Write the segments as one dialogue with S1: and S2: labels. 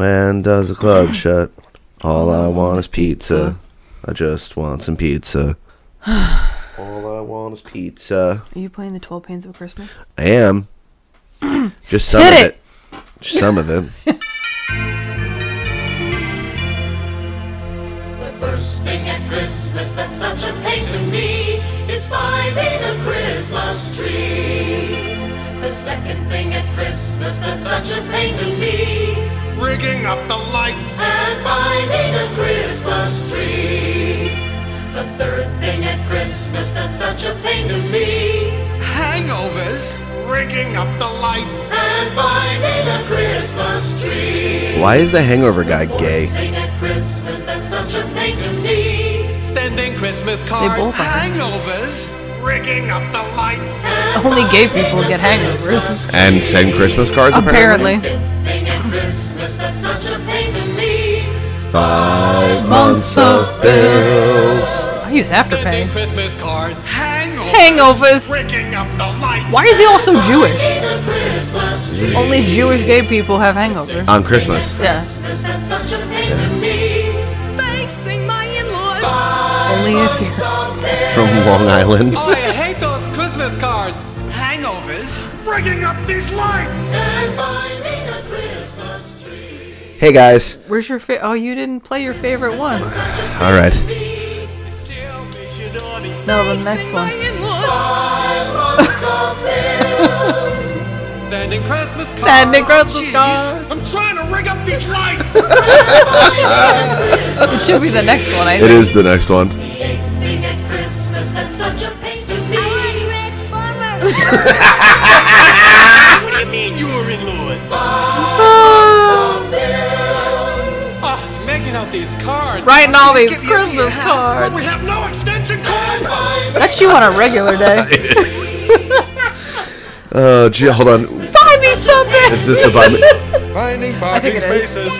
S1: When does the club shut? All I want is pizza. I just want some pizza. All I want is pizza.
S2: Are you playing the Twelve Pains of Christmas?
S1: I am. Just some
S2: Hit
S1: of
S2: it.
S1: it. Just some of it.
S3: The first thing at Christmas that's such a pain to me is finding a Christmas tree. The second thing at Christmas that's such a pain to me
S4: Rigging up the lights.
S3: and finding a Christmas tree. The third thing at Christmas that's such a pain to me
S4: Hangovers. Rigging up the lights.
S3: and finding a Christmas tree.
S1: Why is the hangover guy
S3: Fourth
S1: gay?
S3: thing at Christmas that's such a pain to me
S4: Sending Christmas
S2: They
S4: cards.
S2: both are.
S4: Hangovers. Rigging up the lights.
S3: and
S2: Only gay
S3: finding
S2: people
S3: a
S2: get hangovers.
S3: Christmas
S1: And send Christmas cards
S2: Apparently.
S3: Fifth thing at Christmas that's such a pain to me.
S1: Five months of bills.
S2: I use Afterpay.
S4: Christmas cards. Hangovers.
S2: Hangovers.
S4: Rigging up the lights.
S2: Why is he also Jewish?
S3: Ain't a Christmas tree.
S2: Only Jewish gay people have hangovers.
S1: On Christmas.
S2: yeah.
S3: Christmas that's such a pain to me.
S5: Facing my in-laws.
S2: Only if you're
S3: Something
S1: From Long Island.
S6: Oh, I hate those Christmas cards.
S4: Hangovers. Rigging up these lights.
S3: and finding a Christmas tree.
S1: Hey guys.
S2: Where's your favorite? Oh, you didn't play your favorite one.
S1: All right.
S3: Me,
S2: No, the next
S5: Facing my
S2: one.
S5: in-laws.
S3: something
S6: Sending Christmas cards.
S2: That Negros
S4: Oh, Jeez.
S2: Scar.
S4: I'm trying to rig up these lights.
S2: It should be the next one, I
S1: It
S2: think.
S1: is the next one.
S3: The eighth thing at Christmas that's such a pain to me.
S4: what do you mean you were in laws?
S6: Ah, making out these cards.
S2: Writing all these
S4: Give you a
S2: Christmas
S4: hat.
S2: cards.
S4: We have no extension cords.
S2: That's you on a regular day.
S1: Uh, gee, hold on. Is
S2: Buy me something.
S1: this the bottom?
S4: Finding parking
S2: it is.
S4: spaces.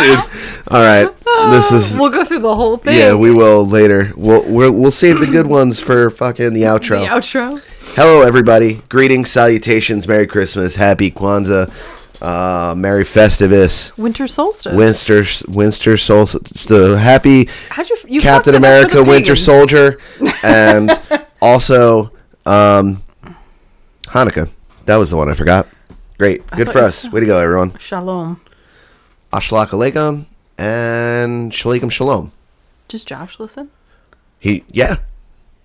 S1: Dude. All right. This is.
S2: We'll go through the whole thing.
S1: Yeah, we will later. We'll we'll, we'll save the good ones for fucking the
S2: The
S1: outro.
S2: outro.
S1: Hello, everybody. Greetings, salutations, Merry Christmas, Happy Kwanzaa, uh, Merry Festivus,
S2: Winter solstice.
S1: Winter Winter Solstice, the Happy
S2: How'd you? f- You
S1: Captain
S2: fucked it up for
S1: America
S2: the
S1: Winter
S2: pagans.
S1: Soldier, and also um, Hanukkah. That was the one I forgot. Great, good
S2: thought
S1: for
S2: you
S1: us. Way to go, everyone.
S2: Shalom.
S1: Ashlak Aleichem and Shalikum Shalom.
S2: Just Josh, listen.
S1: He, yeah.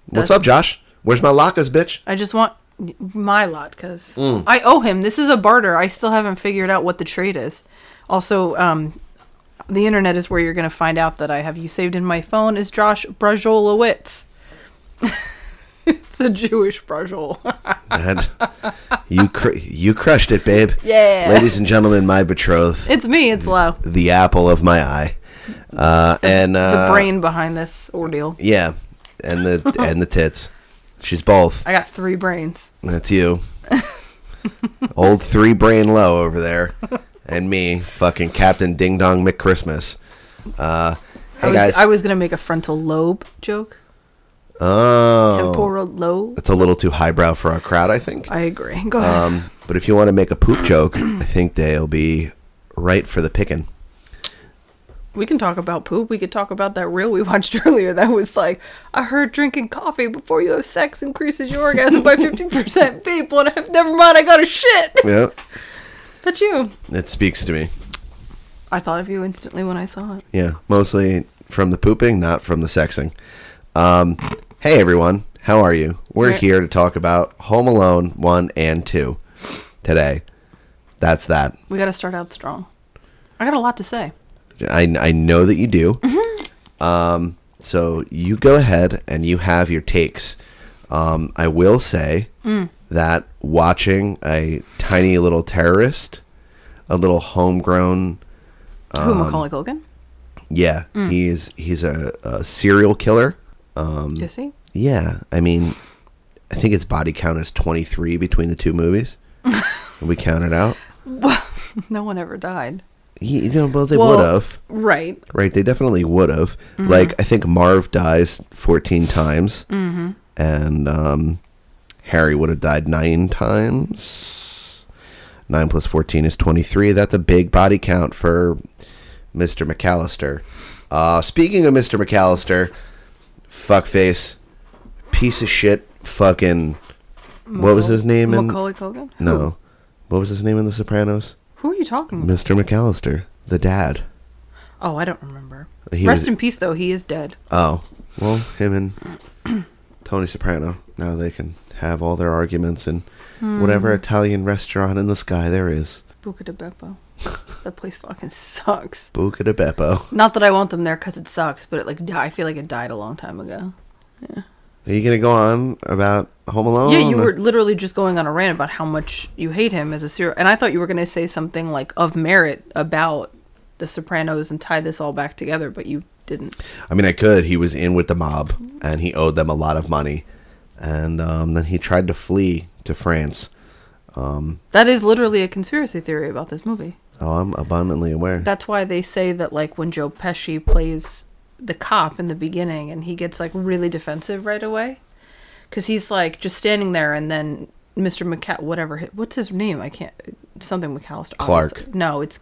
S1: What's
S2: That's-
S1: up, Josh? Where's my latkes, bitch?
S2: I just want my lot because
S1: Mm.
S2: I owe him. This is a barter. I still haven't figured out what the trade is. Also, um, the internet is where you're going to find out that I have you saved in my phone is Josh Brajolowitz. it's a Jewish Brajol.
S1: And you, cr- you crushed it, babe.
S2: Yeah.
S1: Ladies and gentlemen, my betrothed,
S2: it's me. It's Lo.
S1: the apple of my eye, uh, and
S2: The
S1: uh,
S2: brain behind this ordeal.
S1: Yeah, and the and the tits. She's both.
S2: I got three brains.
S1: That's you. Old three brain low over there, and me, fucking Captain Ding Dong McChristmas. Uh,
S2: I
S1: hey
S2: was,
S1: guys.
S2: I was going to make a frontal lobe joke.
S1: oh,
S2: Temporal lobe.
S1: it's a little too highbrow for our crowd, I think.
S2: I agree. Go ahead.
S1: Um, but if you want to make a poop joke, I think they'll be right for the picking.
S2: We can talk about poop. We could talk about that reel we watched earlier that was like, I heard drinking coffee before you have sex increases your orgasm by 50% people, and I've never mind, I got a shit.
S1: Yeah,
S2: That's you.
S1: it speaks to me.
S2: I thought of you instantly when I saw it.
S1: Yeah, mostly from the pooping, not from the sexing. Um, hey everyone, how are you? We're
S2: Right.
S1: here to talk about Home Alone one and two today. That's that.
S2: We got to start out strong. I got a lot to say.
S1: I, I know that you do. Um, so you go ahead and you have your takes. Um, I will say that watching a tiny little terrorist, a little homegrown Um,
S2: Who, Macaulay Culkin?
S1: Yeah, he's he's a, a serial killer. Um,
S2: Is he?
S1: yeah, I mean, I think his body count is twenty three between the two movies. And we counted out.
S2: No one ever died.
S1: He, you know, well, they
S2: Well-
S1: would have,
S2: Right.
S1: right? They definitely would have.
S2: Mm-hmm.
S1: Like, I think Marv dies fourteen times,
S2: Mm-hmm.
S1: and um, Harry would have died nine times. Nine plus fourteen is twenty-three. That's a big body count for Mr. McAllister. Uh, speaking of Mr. McAllister, fuckface, piece of shit, fucking. What was his name in?
S2: Macaulay Culkin?
S1: No, what was his name in The Sopranos?
S2: Who are you talking about?
S1: Mr. McAllister, the dad.
S2: Oh, I don't remember.
S1: He
S2: Rest
S1: was-
S2: in peace, though. He is dead.
S1: Oh, well, him and Tony Soprano. Now they can have all their arguments in whatever
S2: Hmm.
S1: Italian restaurant in the sky there is.
S2: Buca de Beppo. that place fucking sucks.
S1: Buca di Beppo.
S2: Not that I want them there because it sucks, but it, like di- I feel like it died a long time ago.
S1: Are you gonna go on about Home Alone?
S2: yeah, you
S1: or-
S2: were literally just going on a rant about how much you hate him as a serial, and I thought you were going to say something like of merit about The Sopranos and tie this all back together, but you didn't.
S1: I mean, I could. He was in with the mob, and he owed them a lot of money, and um, then he tried to flee to France.
S2: That is literally a conspiracy theory about this movie.
S1: Oh, I'm abundantly aware.
S2: That's why they say that like when Joe Pesci plays the cop in the beginning and he gets like really defensive right away cuz he's like just standing there and then Mr. McCall whatever hi- what's his name? I can't something McAllister.
S1: Clark.
S2: obviously. No, it's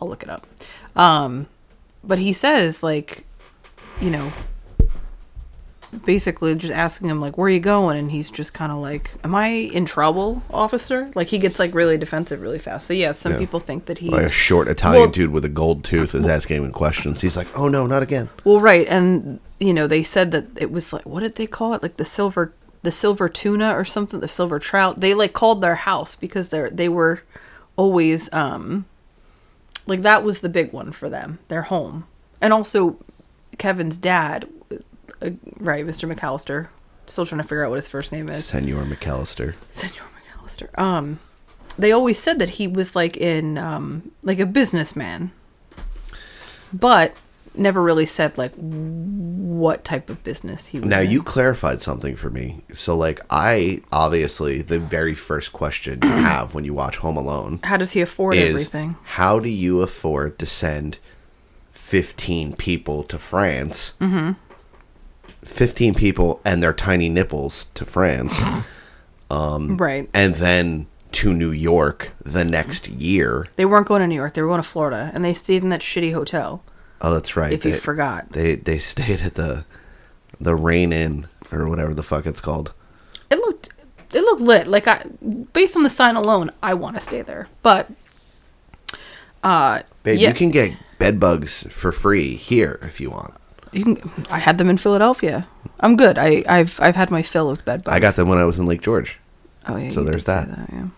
S2: I'll look it up. Um but he says like you know basically just asking him like where are you going and he's just kind of like am i in trouble officer like he gets like really defensive really fast so yeah some
S1: Yeah.
S2: people think that he
S1: like a short Italian
S2: Well-
S1: dude with a gold tooth is asking him questions. He's like, "Oh no, not again."
S2: Well, right, and you know they said that it was like what did they call it? Like the silver, the silver tuna or something, the silver trout. They like called their house because they're they were always um like that was the big one for them, their home, and also Kevin's dad, uh, right, Mr. McAllister. Still trying to figure out what his first name is.
S1: Senor McAllister.
S2: Senor McAllister. Um, they always said that he was like in um like a businessman, but never really said like what type of business he was.
S1: Now
S2: in.
S1: you clarified something for me. So like I obviously the very first question you have when you watch Home Alone
S2: How does he afford
S1: is
S2: everything?
S1: how do you afford to send 15 people to France?
S2: Mm-hmm.
S1: 15 people and their tiny nipples to France
S2: Right.
S1: um, and then to New York the next year.
S2: They weren't going to New York. They were going to Florida, and they stayed in that shitty hotel.
S1: Oh, that's right.
S2: If you forgot,
S1: They they stayed at the the Rain Inn or whatever the fuck it's called.
S2: it looked it looked lit. Like I, based on the sign alone, I want to stay there. But uh,
S1: Babe,
S2: yeah,
S1: you can get bed bugs for free here if you want.
S2: You can. I had them in Philadelphia. I'm good. I, I've I've had my fill of bed bugs.
S1: I got them when I was in Lake George.
S2: Oh yeah.
S1: So
S2: you did
S1: there's
S2: say
S1: that.
S2: yeah.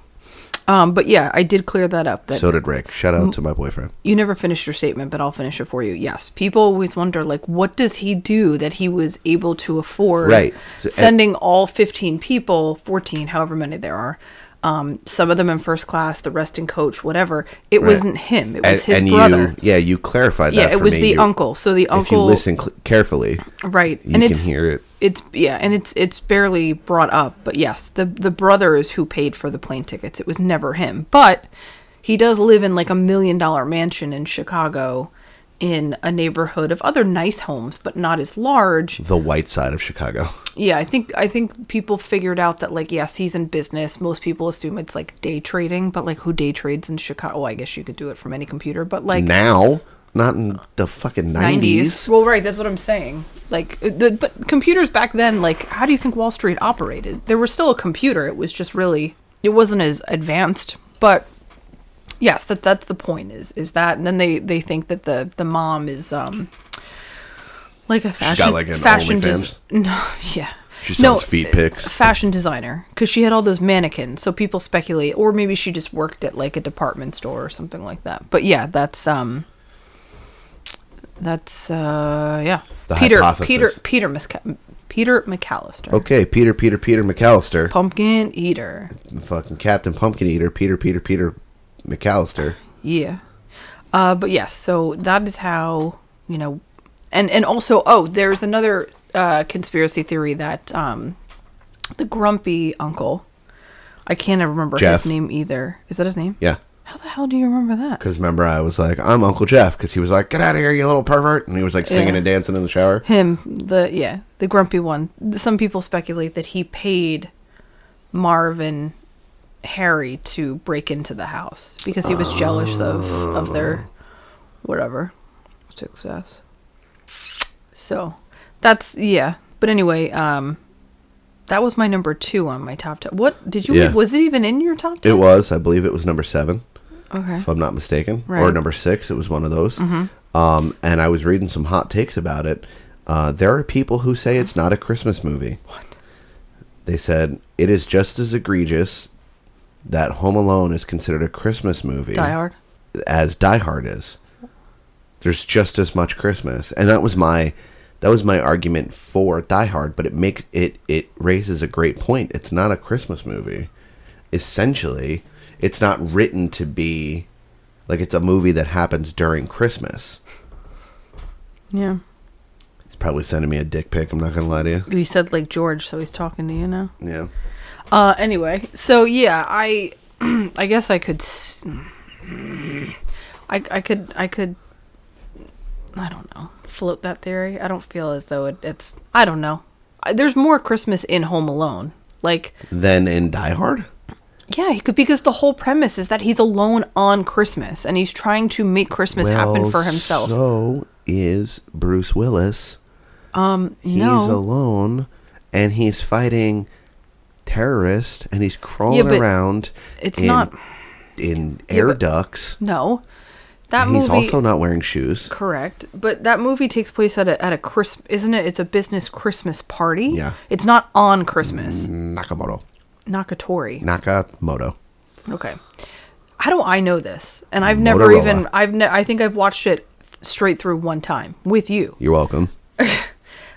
S2: Um, but yeah, I did clear that up. That
S1: So did Rick. Shout out to my boyfriend.
S2: you never finished your statement, but I'll finish it for you. Yes, people always wonder like, what does he do that he was able to afford
S1: Right. So-
S2: sending all fifteen people, fourteen, however many there are. Um, some of them in first class, the rest in coach, whatever. It wasn't him. It was his brother.
S1: you, yeah, you clarified that.
S2: yeah, it
S1: for
S2: was
S1: me.
S2: the
S1: You-
S2: uncle. So the
S1: If you
S2: uncle,
S1: listen cl- carefully,
S2: right?
S1: you
S2: and
S1: can
S2: it's
S1: hear it.
S2: it's yeah, and it's it's barely brought up, but yes, the the brother is who paid for the plane tickets. It was never him, but he does live in like a million dollar mansion in Chicago, in a neighborhood of other nice homes, but not as large.
S1: The white side of Chicago.
S2: Yeah, I think I think people figured out that like yes, he's in business. Most people assume it's like day trading, but like who day trades in Chicago? Well, I guess you could do it from any computer, but like
S1: Now, not in the fucking nineties.
S2: Well, right, that's what I'm saying. Like, uh, the, but computers back then, like, how do you think Wall Street operated? There was still a computer. It was just really, it wasn't as advanced. But yes, that that's the point. Is is that? And then they they think that the the mom is um like a fashion
S1: like, an
S2: fashion
S1: OnlyFans?
S2: des- No, yeah.
S1: She
S2: No, uh,
S1: sells feet pics.
S2: fashion designer because she had all those mannequins so people speculate or maybe she just worked at like a department store or something like that but yeah that's um that's uh yeah
S1: The
S2: peter
S1: hypothesis. Oh.
S2: peter peter Misca- peter mcallister
S1: Okay, Peter, Peter, Peter McAllister,
S2: pumpkin eater
S1: fucking Captain Pumpkin Eater, Peter, Peter, Peter McAllister.
S2: Yeah. Uh, but yes, so that is how, you know, and, and also, oh, there's another uh, conspiracy theory that um, the grumpy uncle, I can't remember
S1: Jeff.
S2: his name either. Is that his name?
S1: Yeah,
S2: How the hell do you remember that?
S1: because remember I was like, I'm Uncle Jeff, because he was like, get out of here, you little pervert, and he was like singing
S2: Yeah.
S1: and dancing in the shower.
S2: Him, the, yeah, the grumpy one. Some people speculate that he paid Marvin Harry to break into the house because he was jealous of of their whatever success. So that's yeah. But anyway, um, that was my number two on my top ten. What did you?
S1: Yeah.
S2: Was it even in your top ten?
S1: It was, I believe, it was number seven,
S2: Okay.
S1: if I'm not mistaken, or
S2: Right. Mm-hmm.
S1: number six. It was one of those. Um, and I was reading some hot takes about it. Uh, there are people who say it's not a Christmas movie. What? They said it is just as egregious that Home Alone is considered a Christmas movie
S2: Die Hard.
S1: as Die Hard is. There's just as much Christmas, and that was my that was my argument for Die Hard. But it makes it it raises a great point. It's not a Christmas movie. Essentially, it's not written to be like it's a movie that happens during Christmas.
S2: Yeah.
S1: He's probably sending me a dick pic. I'm not gonna lie to you.
S2: You said like George, so he's talking to you now.
S1: Yeah,
S2: Uh, anyway, so yeah, I, I guess I could, s- I, I could, I could, I don't know, float that theory. I don't feel as though it, it's, I don't know. I, there's more Christmas in Home Alone. Like,
S1: then in Die Hard.
S2: yeah, he could because the whole premise is that he's alone on Christmas and he's trying to make Christmas happen
S1: Well,
S2: for himself.
S1: So is Bruce Willis. He's
S2: Um, no,
S1: alone and he's fighting terrorists and he's crawling
S2: but
S1: around.
S2: it's
S1: in,
S2: not-
S1: in air
S2: but-
S1: ducts.
S2: no, that
S1: And he's
S2: movie.
S1: also not wearing shoes.
S2: Correct, but that movie takes place at a at a crisp, isn't it? It's a business Christmas party.
S1: Yeah. Mm-hmm.
S2: it's not on Christmas.
S1: Nakamoto.
S2: Nakatori.
S1: Nakamoto.
S2: okay, how do I know this? And I've never
S1: Motorola.
S2: even I've ne- I think I've watched it straight through one time with you.
S1: You're welcome.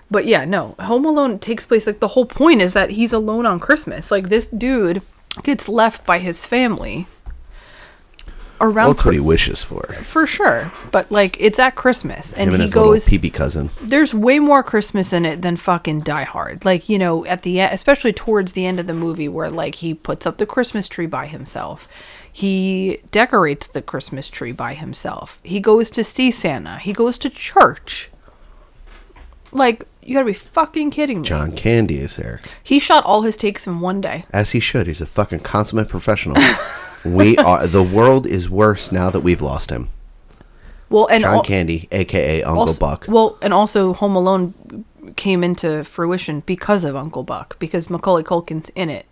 S2: But yeah, no, Home Alone takes place like the whole point is that he's alone on Christmas. Like this dude gets left by his family around
S1: Well, that's what he wishes for. Him
S2: for sure. But like it's at Christmas and
S1: and
S2: he
S1: his
S2: goes
S1: little peepee cousin.
S2: there's way more Christmas in it than fucking Die Hard. Like, you know, at the end, especially towards the end of the movie where, like, he puts up the Christmas tree by himself. He decorates the Christmas tree by himself. He goes to see Santa. He goes to church. Like, you gotta be fucking kidding me.
S1: John Candy is there.
S2: He shot all his takes in one day.
S1: As he should. He's a fucking consummate professional. we are the world is worse now that we've lost him.
S2: Well, and
S1: John
S2: al-
S1: Candy, aka Uncle
S2: also-
S1: Buck.
S2: Well, and also Home Alone came into fruition because of Uncle Buck, because Macaulay Culkin's in it.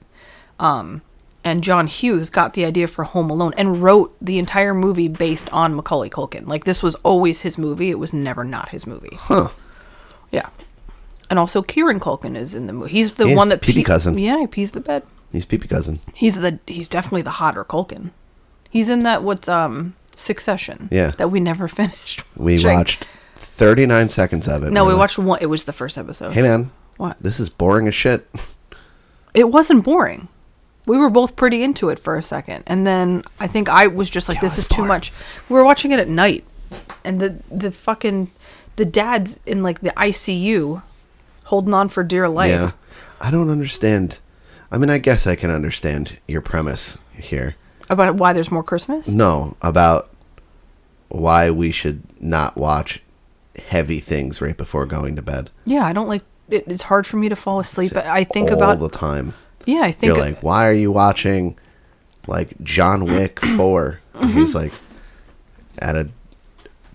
S2: Um, and John Hughes got the idea for Home Alone and wrote the entire movie based on Macaulay Culkin. Like this was always his movie; it was never not his movie.
S1: huh.
S2: Yeah. And also Kieran Culkin is in the movie. He's the
S1: He's
S2: one that
S1: Petey Cousin.
S2: Yeah, he pees the bed.
S1: He's peepee cousin.
S2: He's the he's definitely the hotter Culkin. He's in that what's um Succession.
S1: Yeah.
S2: That we never finished.
S1: We
S2: watching.
S1: watched 39 seconds of it.
S2: No, we
S1: We're like,
S2: watched one. It was the first episode.
S1: Hey man,
S2: What?
S1: This is boring as shit.
S2: It wasn't boring. We were both pretty into it for a second, and then I think I was just like, "This is too much." We were watching it at night, and the the fucking the dad's in like the ICU, holding on for dear life.
S1: Yeah, I don't understand. I mean, I guess I can understand your premise here.
S2: About why there's more Christmas.
S1: No, about why we should not watch heavy things right before going to bed.
S2: Yeah, I don't like. It, it's hard for me to fall asleep. I think
S1: all
S2: about.
S1: the time.
S2: yeah, I think.
S1: You're like, why are you watching like John Wick Four?
S2: Mm-hmm.
S1: he's like at a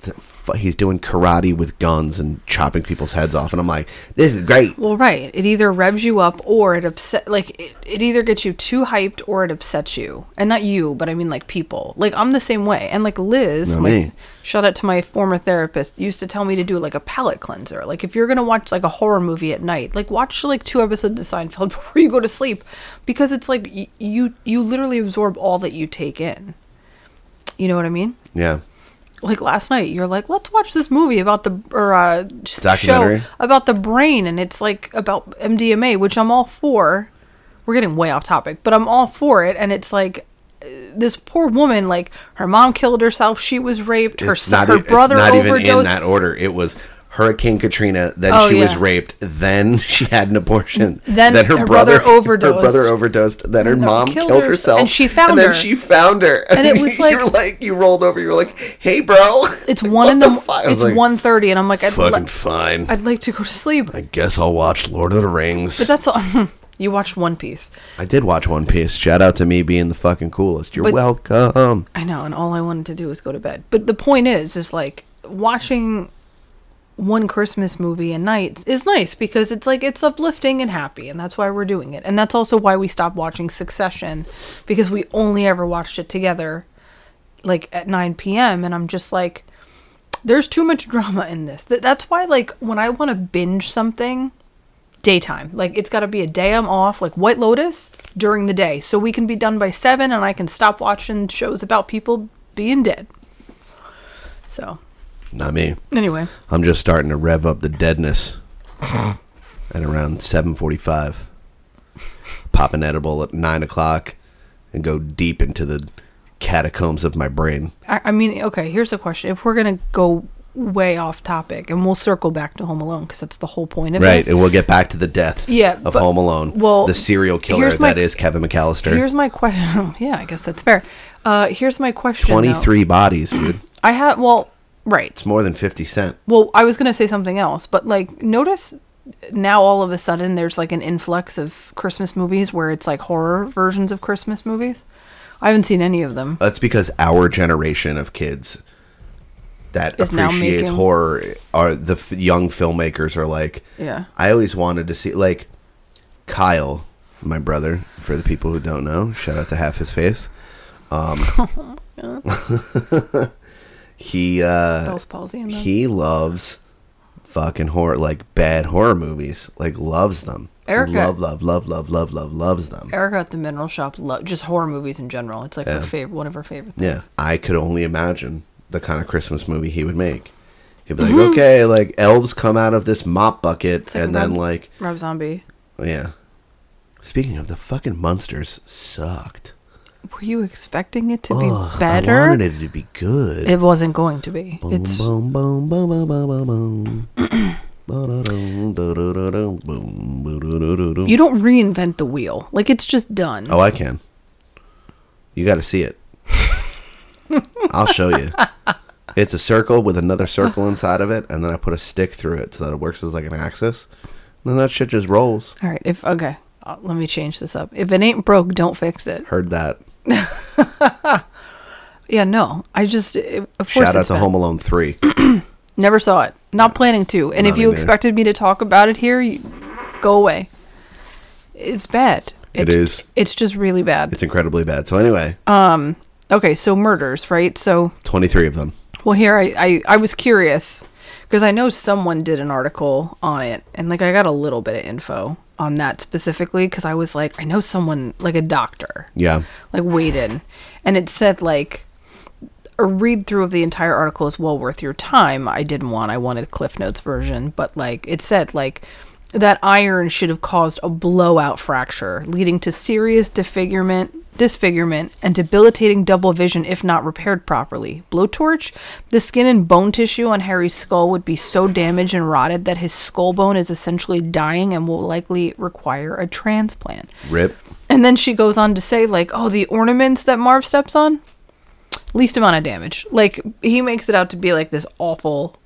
S1: th- fu- he's doing karate with guns and chopping people's heads off, and I'm like, this is great.
S2: Well, right. It either revs you up or it upset. Like it, it either gets you too hyped or it upsets you, and not you, but I mean like people. Like I'm the same way, and like Liz,
S1: Not
S2: my-
S1: me.
S2: shout out to my former therapist, used to tell me to do like a palate cleanser. Like if you're gonna watch like a horror movie at night, like watch like two episodes of Seinfeld before you go to sleep, because it's like y- you you literally absorb all that you take in. You know what I mean?
S1: Yeah,
S2: like last night you're like let's watch this movie about the or uh sh-
S1: Documentary?
S2: show about the brain and it's like about MDMA which I'm all for we're getting way off topic but I'm all for it and it's like uh, this poor woman like her mom killed herself she was raped her
S1: It's
S2: son
S1: e-
S2: her brother
S1: it's not
S2: overdosed
S1: even in that order. It was Hurricane Katrina, then
S2: Oh,
S1: she was
S2: yeah.
S1: raped, then she had an aborn,
S2: Then her brother overdosed.
S1: her brother overdosed, then her
S2: then
S1: mom killed,
S2: killed her-
S1: herself,
S2: and she found
S1: and then
S2: her.
S1: she found her,
S2: And it was
S1: you were
S2: like-
S1: like you rolled over, you were like, hey, bro,
S2: it's one
S1: what
S2: in the,
S1: fu-" I was
S2: it's
S1: like,
S2: one thirty and I'm like I'd,
S1: fucking
S2: li-
S1: fine.
S2: I'd like to go to sleep
S1: I guess I'll watch Lord of the Rings.
S2: But that's all. You watched One Piece.
S1: I did watch One Piece. Shout out to me being the fucking coolest. You're
S2: But-
S1: welcome.
S2: I know, and all I wanted to do was go to bed. But the point is, is like watching one Christmas movie a night is nice because it's like it's uplifting and happy, and that's why we're doing it. And that's also why we stopped watching Succession because we only ever watched it together, like at 9 p.m. And I'm just like, there's too much drama in this. Th- that's why, like, when I want to binge something, daytime. Like it's got to be a day I'm off, like White Lotus during the day, so we can be done by seven, and I can stop watching shows about people being dead. So
S1: Not me.
S2: anyway,
S1: I'm just starting to rev up the deadness. at around 7:45, pop an edible at nine o'clock, and go deep into the catacombs of my brain.
S2: I, I mean, okay. Here's the question: If we're gonna go way off topic, and we'll circle back to Home Alone because that's the whole point of
S1: Right,
S2: this.
S1: and we'll get back to the deaths
S2: Yeah,
S1: of
S2: but-
S1: Home Alone.
S2: well,
S1: the serial killer
S2: here's my-
S1: that is Kevin McAllister.
S2: Here's my question. yeah, I guess that's fair. Uh, here's my question. though.
S1: 23 bodies, dude.
S2: I have well, right.
S1: It's more than 50 Cent.
S2: Well, I was going to say something else, but like, notice now all of a sudden there's like an influx of Christmas movies where it's like horror versions of Christmas movies. I haven't seen any of them.
S1: That's because our generation of kids that
S2: Is now
S1: appreciates
S2: making-
S1: horror are the f- young filmmakers are like,
S2: Yeah.
S1: I always wanted to see like Kyle, my brother. For the people who don't know, shout out to half his face.
S2: Oh
S1: Um, he uh,
S2: Bell's palsy and them.
S1: he loves fucking horror, like bad horror movies. Like loves them.
S2: Erica-
S1: love, love, love, love, love, love, loves them.
S2: Erica at the mineral shop, lo- just horror movies in general. It's like her favorite, one of her favorite.
S1: Yeah, I could only imagine the kind of Christmas movie he would make. He'd be like, okay, like elves come out of this mop bucket,
S2: Mm-hmm. like
S1: and
S2: a
S1: then
S2: Rob-
S1: like,
S2: Rob Zombie.
S1: yeah. Speaking of the fucking monsters, sucked.
S2: Were you expecting it to
S1: Ugh,
S2: be
S1: I
S2: better? It.
S1: wanted it to be good.
S2: wasn't going to be.
S1: boom,
S2: It's
S1: boom, boom, boom, boom, boom, boom, boom. Ba-da-dum, da-da-da-dum, boom, ba-da-da-da-dum.
S2: you don't reinvent the wheel. Like it's just done.
S1: Oh, I can. You got to see it. I'll show you. It's a circle with another circle inside of it, and then I put a stick through it so that it works as like an axis. And then that shit just rolls.
S2: All right. If okay, uh, let me change this up. If it ain't broke, don't fix it.
S1: Heard that.
S2: Yeah, no. I just it, of course
S1: Shout out
S2: it's
S1: to
S2: bad.
S1: Home Alone 3.
S2: Never saw it. Not planning to. And if
S1: Not
S2: you
S1: either.
S2: expected me to talk about it here, you, go away. It's bad.
S1: It is.
S2: It's just really bad.
S1: It's incredibly bad. So, anyway,
S2: Oh. Okay, so murders, right? So,
S1: 23 of them.
S2: well, here I I, I was curious because I know someone did an article on it, and like I got a little bit of info on that specifically because I was like, I know someone like a doctor
S1: Yeah.
S2: like weighed in and it said like a read through of the entire article is well worth your time i didn't want i wanted cliff notes version but like it said like that iron should have caused a blowout fracture leading to serious disfigurement disfigurement and debilitating double vision if not repaired properly blowtorch the skin and bone tissue on harry's skull would be so damaged and rotted that his skull bone is essentially dying and will likely require a transplant
S1: Rip.
S2: and then she goes on to say, like, oh, the ornaments that Marv steps on, least amount of damage. Like, he makes it out to be like this awful,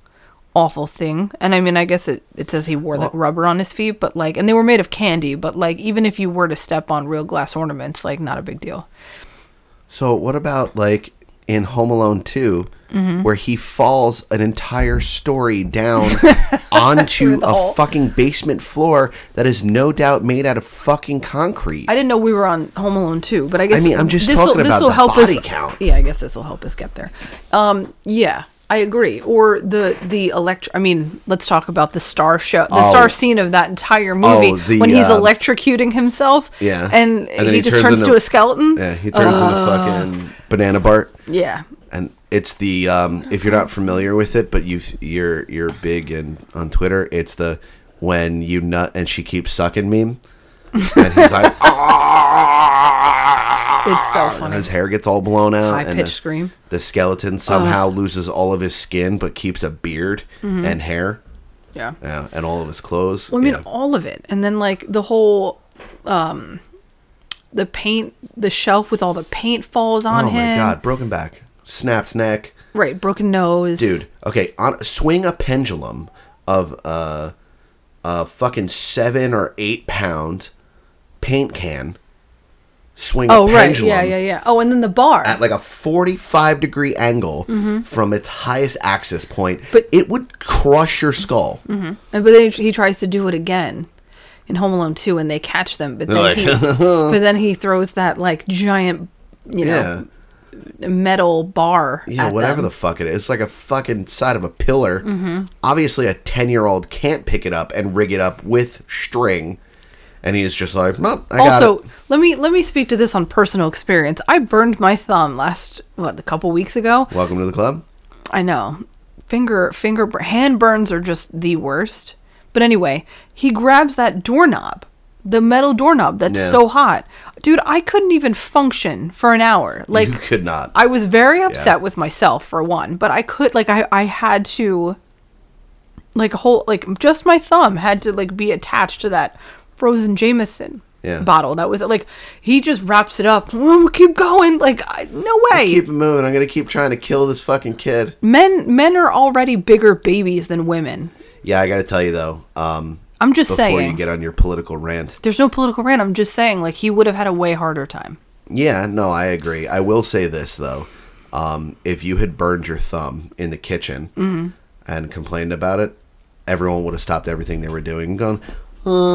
S2: awful thing. And I mean, I guess it, it says he wore like rubber on his feet, but like, and they were made of candy, but like, even if you were to step on real glass ornaments, like, not a big deal.
S1: So, what about like in Home Alone 2,
S2: Mm-hmm.
S1: where he falls an entire story down onto a
S2: hole.
S1: fucking basement floor that is no doubt made out of fucking concrete?
S2: I didn't know we were on Home Alone 2, but I guess
S1: mean, I'm just talking about the body
S2: us,
S1: count.
S2: Yeah, I guess this will help us get there. Um, yeah, I agree. Or the the elect. I mean, let's talk about the star show, the
S1: Oh.
S2: star scene of that entire movie
S1: Oh, the,
S2: when he's
S1: uh,
S2: electrocuting himself.
S1: Yeah.
S2: and,
S1: And then
S2: he,
S1: he
S2: just turns
S1: turns
S2: to
S1: into-
S2: a skeleton. Uh,
S1: Yeah, he turns into fucking banana Bart,
S2: Yeah.
S1: and it's the um, if you're not familiar with it, but you you're you're big and on Twitter, it's the when you nut and she keeps sucking meme, and he's like, "Ah,"
S2: It's so
S1: and
S2: funny.
S1: his hair gets all blown out,
S2: High-pitched
S1: and the,
S2: scream.
S1: The skeleton somehow loses all of his skin, but keeps a beard and hair,
S2: Yeah.
S1: yeah, and all of his clothes.
S2: Mm-hmm. Well, I mean,
S1: yeah.
S2: all of it, and then like the whole, um, the paint, the shelf with all the paint falls on
S1: oh
S2: him.
S1: my god, broken back, snapped neck.
S2: Right, broken nose,
S1: dude. Okay, on swing a pendulum of uh, a fucking seven or eight pound paint can, swing
S2: Oh
S1: a
S2: right,
S1: pendulum
S2: yeah, yeah, yeah. Oh, and then the bar.
S1: at like a 45 degree angle from its highest axis point,
S2: Mm-hmm. But- Mm-hmm.
S1: it would crush your skull.
S2: And- but then he tries to do it again in Home Alone 2 and they catch them but then
S1: They're
S2: he
S1: like,
S2: but then he throws that like giant you
S1: Yeah.
S2: know metal bar
S1: Yeah,
S2: at
S1: whatever
S2: them.
S1: the fuck it is. It's like a fucking side of a pillar.
S2: Mm-hmm.
S1: Obviously, a 10 year old can't pick it up and rig it up with string. And he's just like, well, I got
S2: also
S1: it.
S2: let me let me speak to this on personal experience I burned my thumb last what a couple weeks ago
S1: Welcome to the club.
S2: I know. Finger finger bur- hand burns are just the worst. But anyway, he grabs that doorknob, the metal doorknob that's
S1: Yeah.
S2: so hot. Dude, I couldn't even function for an hour. Like
S1: you could not.
S2: I was very upset
S1: Yeah.
S2: with myself for one, but I could like I I had to like whole like just my thumb had to like be attached to that frozen Jameson
S1: Yeah.
S2: bottle. That was like he just wraps it up. "Mm, keep going. Like I, no way
S1: keep it moving. I'm going to keep trying to kill this fucking kid.
S2: men men are already bigger babies than women.
S1: Yeah, I got to tell you, though. Um,
S2: I'm just
S1: before
S2: saying.
S1: you get on your political rant,
S2: There's no political rant. I'm just saying, like he would have had a way harder time.
S1: Yeah, no, I agree. I will say this though: um, if you had burned your thumb in the kitchen
S2: Mm-hmm.
S1: and complained about it, everyone would have stopped everything they were doing and gone,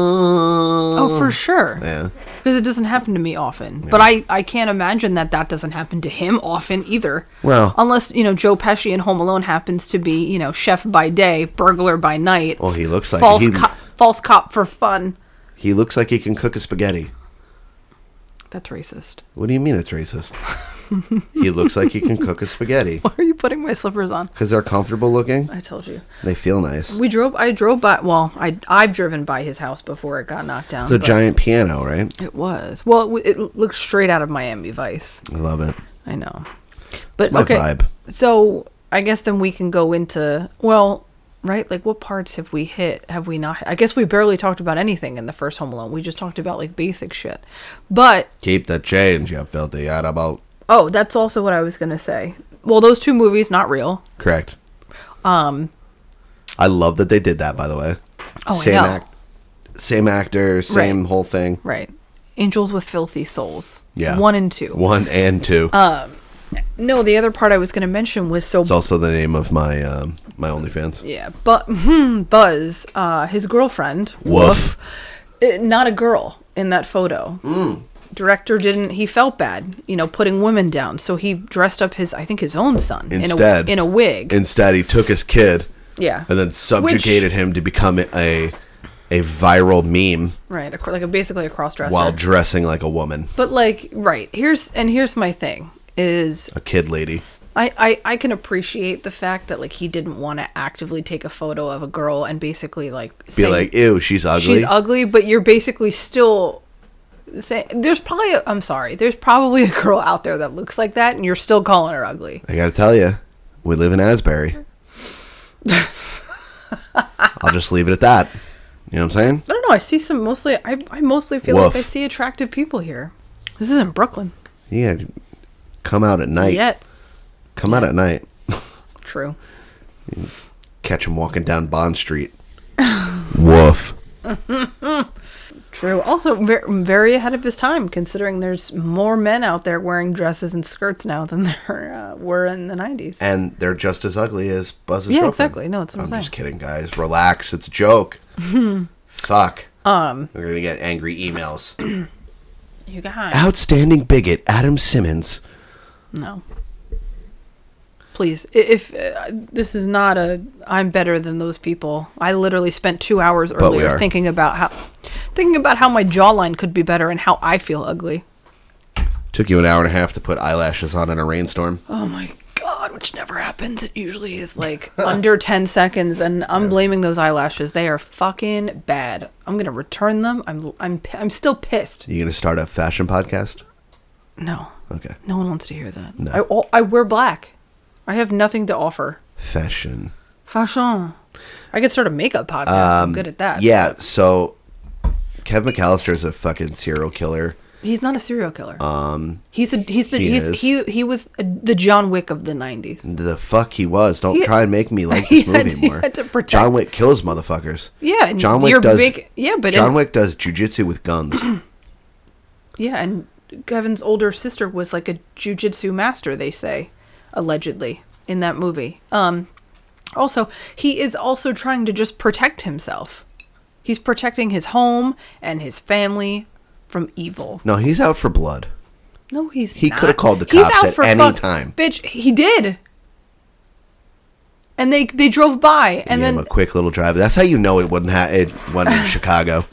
S1: "Oh,
S2: Oh, for sure.
S1: yeah."
S2: Because it doesn't happen to me often. But I I can't imagine that that doesn't happen to him often either.
S1: Well-
S2: unless you know Joe Pesci in Home Alone happens to be you know chef by day, burglar by night.
S1: Well, he looks like
S2: false
S1: he,
S2: cop, false cop for fun.
S1: he looks like he can cook a spaghetti.
S2: That's racist.
S1: What do you mean it's racist? he looks like he can cook a spaghetti
S2: Why are you putting my slippers on?
S1: because they're comfortable looking.
S2: I told you.
S1: They feel nice.
S2: We drove. I drove by. Well, I I've driven by his house before it got knocked down.
S1: It's a
S2: but-
S1: giant piano, right?
S2: It was. Well, it, w- it looked straight out of Miami Vice.
S1: I love it.
S2: I know. But
S1: my
S2: okay.
S1: vibe.
S2: So I guess then we can go into well, right? Like what parts have we hit? Have we not? I guess we barely talked about anything in the first Home Alone. We just talked about like basic shit. But
S1: Keep the change, you filthy animal.
S2: oh, that's also what I was gonna say. Well, those two movies not real.
S1: Correct. Um, I love that they did that. By the way,
S2: Oh, I
S1: same
S2: know.
S1: same actor, same
S2: Right.
S1: whole thing.
S2: Right. Angels with Filthy Souls.
S1: Yeah,
S2: One and two. Um,
S1: One and two.
S2: No, the other part I was gonna mention was so
S1: it's also the name of my um, my OnlyFans.
S2: Yeah, but hmm, Buzz, uh, his girlfriend,
S1: Woof.
S2: eh, not a girl in that photo.
S1: Hmm.
S2: Director didn't. He felt bad, you know, putting women down, so he dressed up his, I think, his own son
S1: Instead,
S2: in a in a wig.
S1: Instead, he took his kid
S2: yeah,
S1: and then subjugated him to become a a viral meme
S2: right, a, cr- like a basically a cross dresser.
S1: while dressing like a woman,
S2: but like, right here's and here's my thing is
S1: a kid lady.
S2: I, I I can appreciate the fact that like he didn't want to actively take a photo of a girl and basically like
S1: Be like, ew, she's ugly.
S2: she's ugly, but you're basically still saying there's probably a, I'm sorry, there's probably a girl out there that looks like that, and you're still calling her ugly.
S1: I gotta tell you, we live in Asbury. I'll just leave it at that. You know what I'm saying?
S2: I don't know. I see some mostly. I I mostly feel
S1: Woof.
S2: like I see attractive people here. This isn't Brooklyn
S1: You gotta come out at night.
S2: yet.
S1: Come out at night.
S2: True.
S1: Catch him walking down Bond Street. Woof.
S2: True. Also, ver- very ahead of his time, considering there's more men out there wearing dresses and skirts now than there uh, were in the 90s.
S1: And they're just as ugly as Buzz's
S2: Yeah,
S1: girlfriend.
S2: exactly. No, that's what I'm
S1: I'm just
S2: saying.
S1: kidding, guys. Relax. It's a joke. Fuck. Um, We're gonna get angry emails.
S2: You guys.
S1: Outstanding bigot Adam Simmons.
S2: No. Please, i- if uh, this is not a, I'm better than those people. I literally spent two hours
S1: we
S2: earlier
S1: are.
S2: thinking about how, thinking about how my jawline could be better and how I feel ugly.
S1: Took you an hour and a half to put eyelashes on in a rainstorm.
S2: Oh my god, which never happens. It usually is like under ten seconds, and I'm blaming those eyelashes. They are fucking bad. I'm gonna return them. I'm, I'm, pi- I'm still pissed.
S1: You gonna start a fashion podcast?
S2: No,
S1: Okay.
S2: no one wants to hear that. I, all- I wear black. I have nothing to offer.
S1: Fashion.
S2: Fashion. I could start a makeup podcast. I'm good at that.
S1: Um, Yeah, so Kev McAllister is a fucking serial killer.
S2: He's not a serial killer. Um, he's a he's the
S1: he
S2: he's,
S1: is.
S2: he he was a, the John Wick of the '90s.
S1: The fuck he was. Don't
S2: He-
S1: try and make me like
S2: he
S1: this movie
S2: had- he
S1: anymore.
S2: had to protect-
S1: John Wick kills motherfuckers.
S2: Yeah, and
S1: John Wick
S2: you're
S1: does.
S2: big- yeah, but
S1: John
S2: in-
S1: Wick does jujitsu with guns.
S2: Yeah, and Kevin's older sister was like a jujitsu master, they say, allegedly, in that movie. Um also, he is also trying to just protect himself. He's protecting his home and his family from evil.
S1: No, he's out for blood.
S2: No, he's
S1: He
S2: not.
S1: coulda called the
S2: He's
S1: cops
S2: out
S1: at
S2: for
S1: any
S2: fuck-
S1: time.
S2: Bitch, he did. And they they drove by and
S1: And then
S2: then
S1: a quick little drive. That's how you know it wasn't ha- it wasn't in Chicago.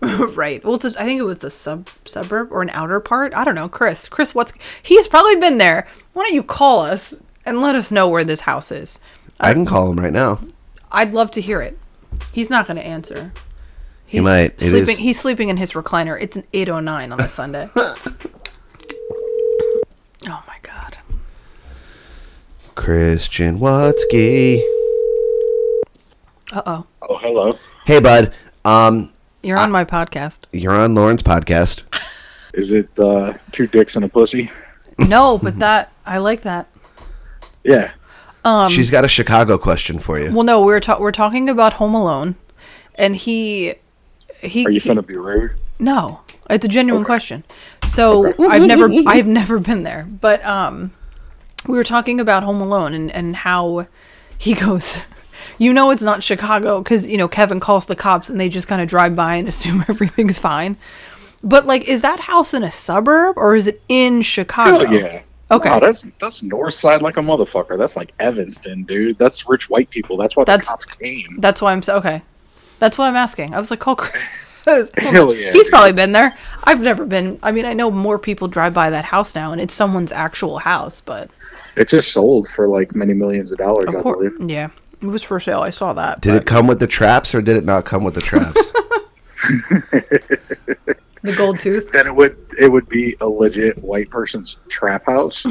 S2: right. Well, it's a, I think it was a sub suburb or an outer part. I don't know, Chris. Chris, what's he's probably been there. Why don't you call us and let us know where this house is?
S1: I can call him right now.
S2: I'd love to hear it. He's not going to answer. He's
S1: might. It
S2: sleeping.
S1: is-
S2: He's sleeping in his recliner. It's an eight oh nine on a Sunday. oh my god.
S1: Christian Watsky.
S2: Uh oh.
S7: Oh, hello.
S1: Hey, bud. Um,
S2: You're on my podcast.
S1: you're on Lauren's podcast.
S7: Is it uh, two dicks and a pussy?
S2: No, but that I like that.
S7: Yeah.
S2: Um,
S1: She's got a Chicago question for you.
S2: Well, no, we're ta- we're talking about Home Alone, and he he.
S7: Are you
S2: he-
S7: finna be rude?
S2: No, it's a genuine question. So I've never I've never been there, but um, we were talking about Home Alone and and how he goes. You know it's not Chicago because you know Kevin calls the cops and they just kind of drive by and assume everything's fine. But like, is that house in a suburb or is it in
S7: Hell
S2: Chicago?
S7: Oh, yeah.
S2: Okay.
S7: Wow, that's that's north side like a motherfucker. That's like Evanston, dude. That's rich white people. That's why
S2: That's-
S7: the cops came.
S2: That's why I'm so okay. That's why I'm asking. I was like, call Chris.
S7: Hell yeah,
S2: He's
S7: dude.
S2: probably been there. I've never been. I mean, I know more people drive by that house now, and it's someone's actual house, but
S7: It just sold for like many millions of dollars, I
S2: Of cour-
S7: believe.
S2: yeah, it was for sale. I saw that.
S1: Did
S2: but
S1: it come with the traps or did it not come with the traps?
S2: the gold tooth?
S7: Then it would it would be a legit white person's trap house.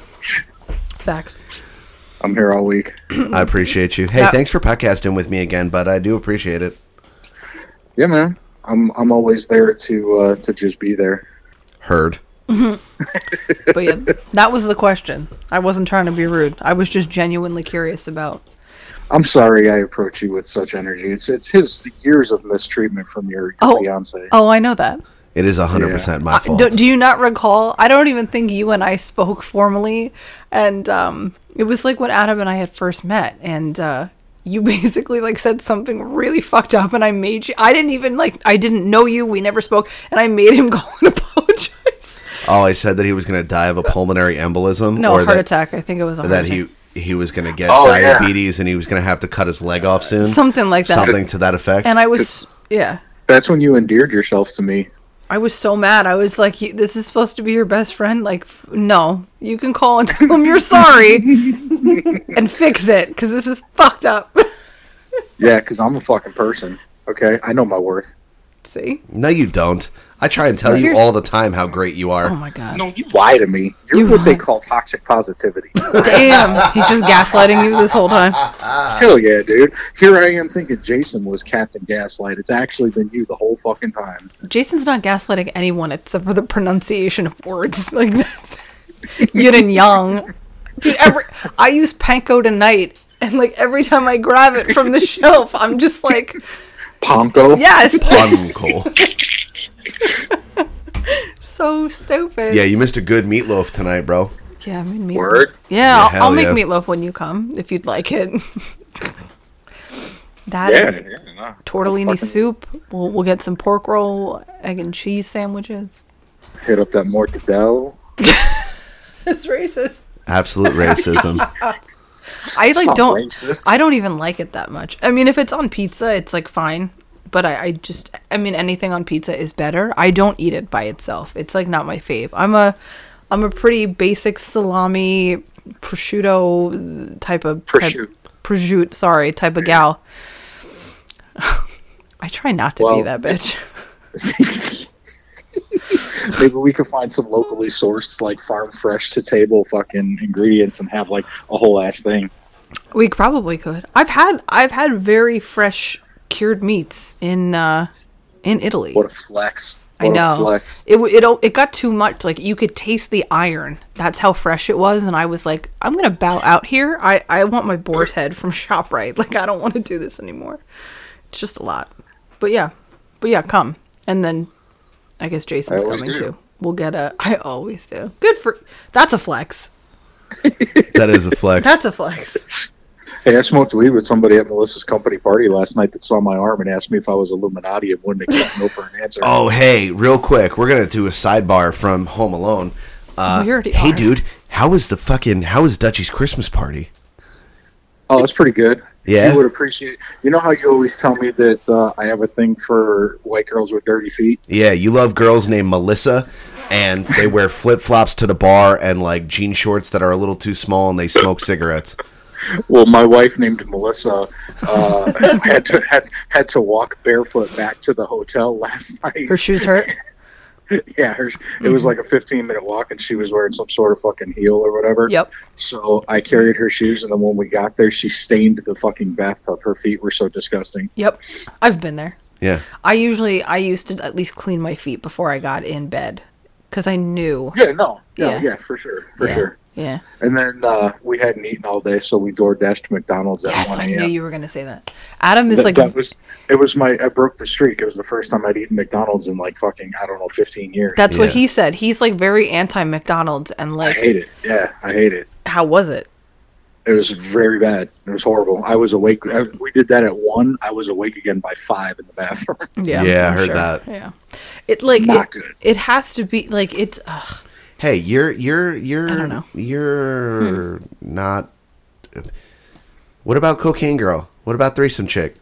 S2: Facts.
S7: I'm here all week.
S1: I appreciate you. Hey,
S2: That-
S1: thanks for podcasting with me again, bud. I do appreciate it.
S7: Yeah, man. I'm I'm always there to uh, to just be there.
S1: Heard.
S2: But yeah, that was the question. I wasn't trying to be rude. I was just genuinely curious about.
S7: I'm sorry I approach you with such energy. It's it's his years of mistreatment from your, your
S2: Oh.
S7: fiance.
S2: Oh, I know that.
S1: It is 100% my fault.
S2: Do, do you not recall? I don't even think you and I spoke formally, and um, it was like when Adam and I had first met, and uh, you basically like said something really fucked up, and I made you. I didn't even like. I didn't know you. We never spoke, and I made him go and apologize.
S1: oh, I said that he was going to die of a pulmonary embolism
S2: No,
S1: or
S2: a heart
S1: that,
S2: attack. I think it was a heart
S1: that
S2: attack.
S1: he he was going to get
S7: Oh, yeah.
S1: diabetes and he was going to have to cut his leg off soon.
S2: something like that.
S1: Something to that effect.
S2: And I was yeah.
S7: That's when you endeared yourself to me.
S2: I was so mad. I was like, "You- "This is supposed to be your best friend. Like, f- no, you can call and tell him you're sorry and fix it because this is fucked up."
S7: Yeah, because I'm a fucking person. Okay, I know my worth.
S2: See?
S1: no, you don't. I try and tell you
S2: here's-
S1: all the time how great you are.
S2: Oh my god!
S7: No, you lie to me. You're
S2: You
S7: what they
S2: lie.
S7: call toxic positivity.
S2: Damn, he's just gaslighting you this whole time.
S7: Hell yeah, dude. Here I am thinking Jason was Captain Gaslight. It's actually been you the whole fucking time.
S2: Jason's not gaslighting anyone except for the pronunciation of words. Like that's yin and yang. Dude, every I use panko tonight, and like every time I grab it from the shelf, I'm just like,
S7: Ponko.
S2: yes,
S1: Uncle.
S2: so stupid.
S1: yeah, you missed a good meatloaf tonight, bro.
S2: Yeah, I mean meatloaf.
S7: Word.
S2: Yeah, I'll- I'll,
S1: hell
S2: make
S1: yeah.
S2: meatloaf when you come if you'd like it. that
S7: Yeah. yeah nah.
S2: tortellini
S7: Fucking
S2: soup. We'll, we'll get some pork roll, egg and cheese sandwiches.
S7: Hit up that mortadell.
S2: That's racist.
S1: Absolute racism.
S2: I like
S7: not
S2: don't.
S7: racist.
S2: I don't even like it that much. I mean, if it's on pizza, it's like fine. But I, I just, I mean, anything on pizza is better. I don't eat it by itself. It's like not my fave. I'm a, I'm a pretty basic salami, prosciutto type of
S7: Prosciut-
S2: type, prosciut. Sorry, type of gal. I try not to be
S7: Well,
S2: that bitch.
S7: Maybe we could find some locally sourced, like farm fresh to table fucking ingredients and have like a whole ass thing.
S2: We probably could. I've had, I've had very fresh cured meats in, uh, in Italy.
S7: What a flex.
S2: I
S7: What
S2: know.
S7: A flex.
S2: It w- it o- it got too much. Like you could taste the iron. That's how fresh it was, and I was like, I'm gonna bow out here. I I want my boar's head from Shoprite. Like I don't want to do this anymore. It's just a lot. But yeah, But yeah, come. And then I guess Jason's
S7: I always
S2: coming
S7: do.
S2: too. We'll get a. I always do. Good for. That's a flex.
S1: That is a flex.
S2: That's a flex.
S7: Hey, I smoked weed with somebody at Melissa's company party last night that saw my arm and asked me if I was Illuminati and wouldn't accept no for an answer.
S1: Oh, hey, real quick, we're gonna do a sidebar from Home Alone. Uh,
S2: We already
S1: hey,
S2: are.
S1: dude, how was the fucking how was Dutchie's Christmas party?
S7: Oh, that's pretty good.
S1: Yeah?
S7: You would appreciate You know how you always tell me that uh, I have a thing for white girls with dirty feet?
S1: Yeah, you love girls named Melissa, and they wear flip flops to the bar and like jean shorts that are a little too small, and they smoke cigarettes.
S7: Well, my wife named Melissa uh, had, to, had, had to walk barefoot back to the hotel last night.
S2: Her mm-hmm. shoes hurt.
S7: yeah, her, it was like a 15 minute walk, and she was wearing some sort of fucking heel or whatever.
S2: Yep.
S7: So I carried her shoes, and then when we got there, she stained the fucking bathtub. Her feet were so disgusting.
S2: Yep. I've been there.
S1: Yeah,
S2: I usually I used to at least clean my feet before I got in bed because I knew.
S7: Yeah, no, yeah,
S2: Yeah.
S7: yeah, for sure, for
S2: Yeah.
S7: sure.
S2: Yeah.
S7: And then uh, we hadn't eaten all day, so we door dashed to McDonald's at
S2: Yes, I
S7: one
S2: knew
S7: a.m.
S2: you were gonna say that. Adam is
S7: That,
S2: like
S7: that was it. Was my I broke the streak. It was the first time I'd eaten McDonald's in like fucking I don't know fifteen years.
S2: that's what
S1: Yeah.
S2: he said. He's like very anti McDonald's and
S7: I
S2: like
S7: hate it. Yeah, I hate it.
S2: how was it?
S7: It was very bad. It was horrible. I was awake. I, we did that at one. I was awake again by five in the bathroom.
S2: Yeah.
S1: yeah,
S2: I'm
S1: I heard
S2: sure.
S1: that.
S2: Yeah. It like
S7: Not
S2: it,
S7: good.
S2: it has to be like it's ugh,
S1: Hey, you're you're you're
S2: don't know. Hmm.
S1: you're not. What about Cocaine Girl? What about Threesome Chick?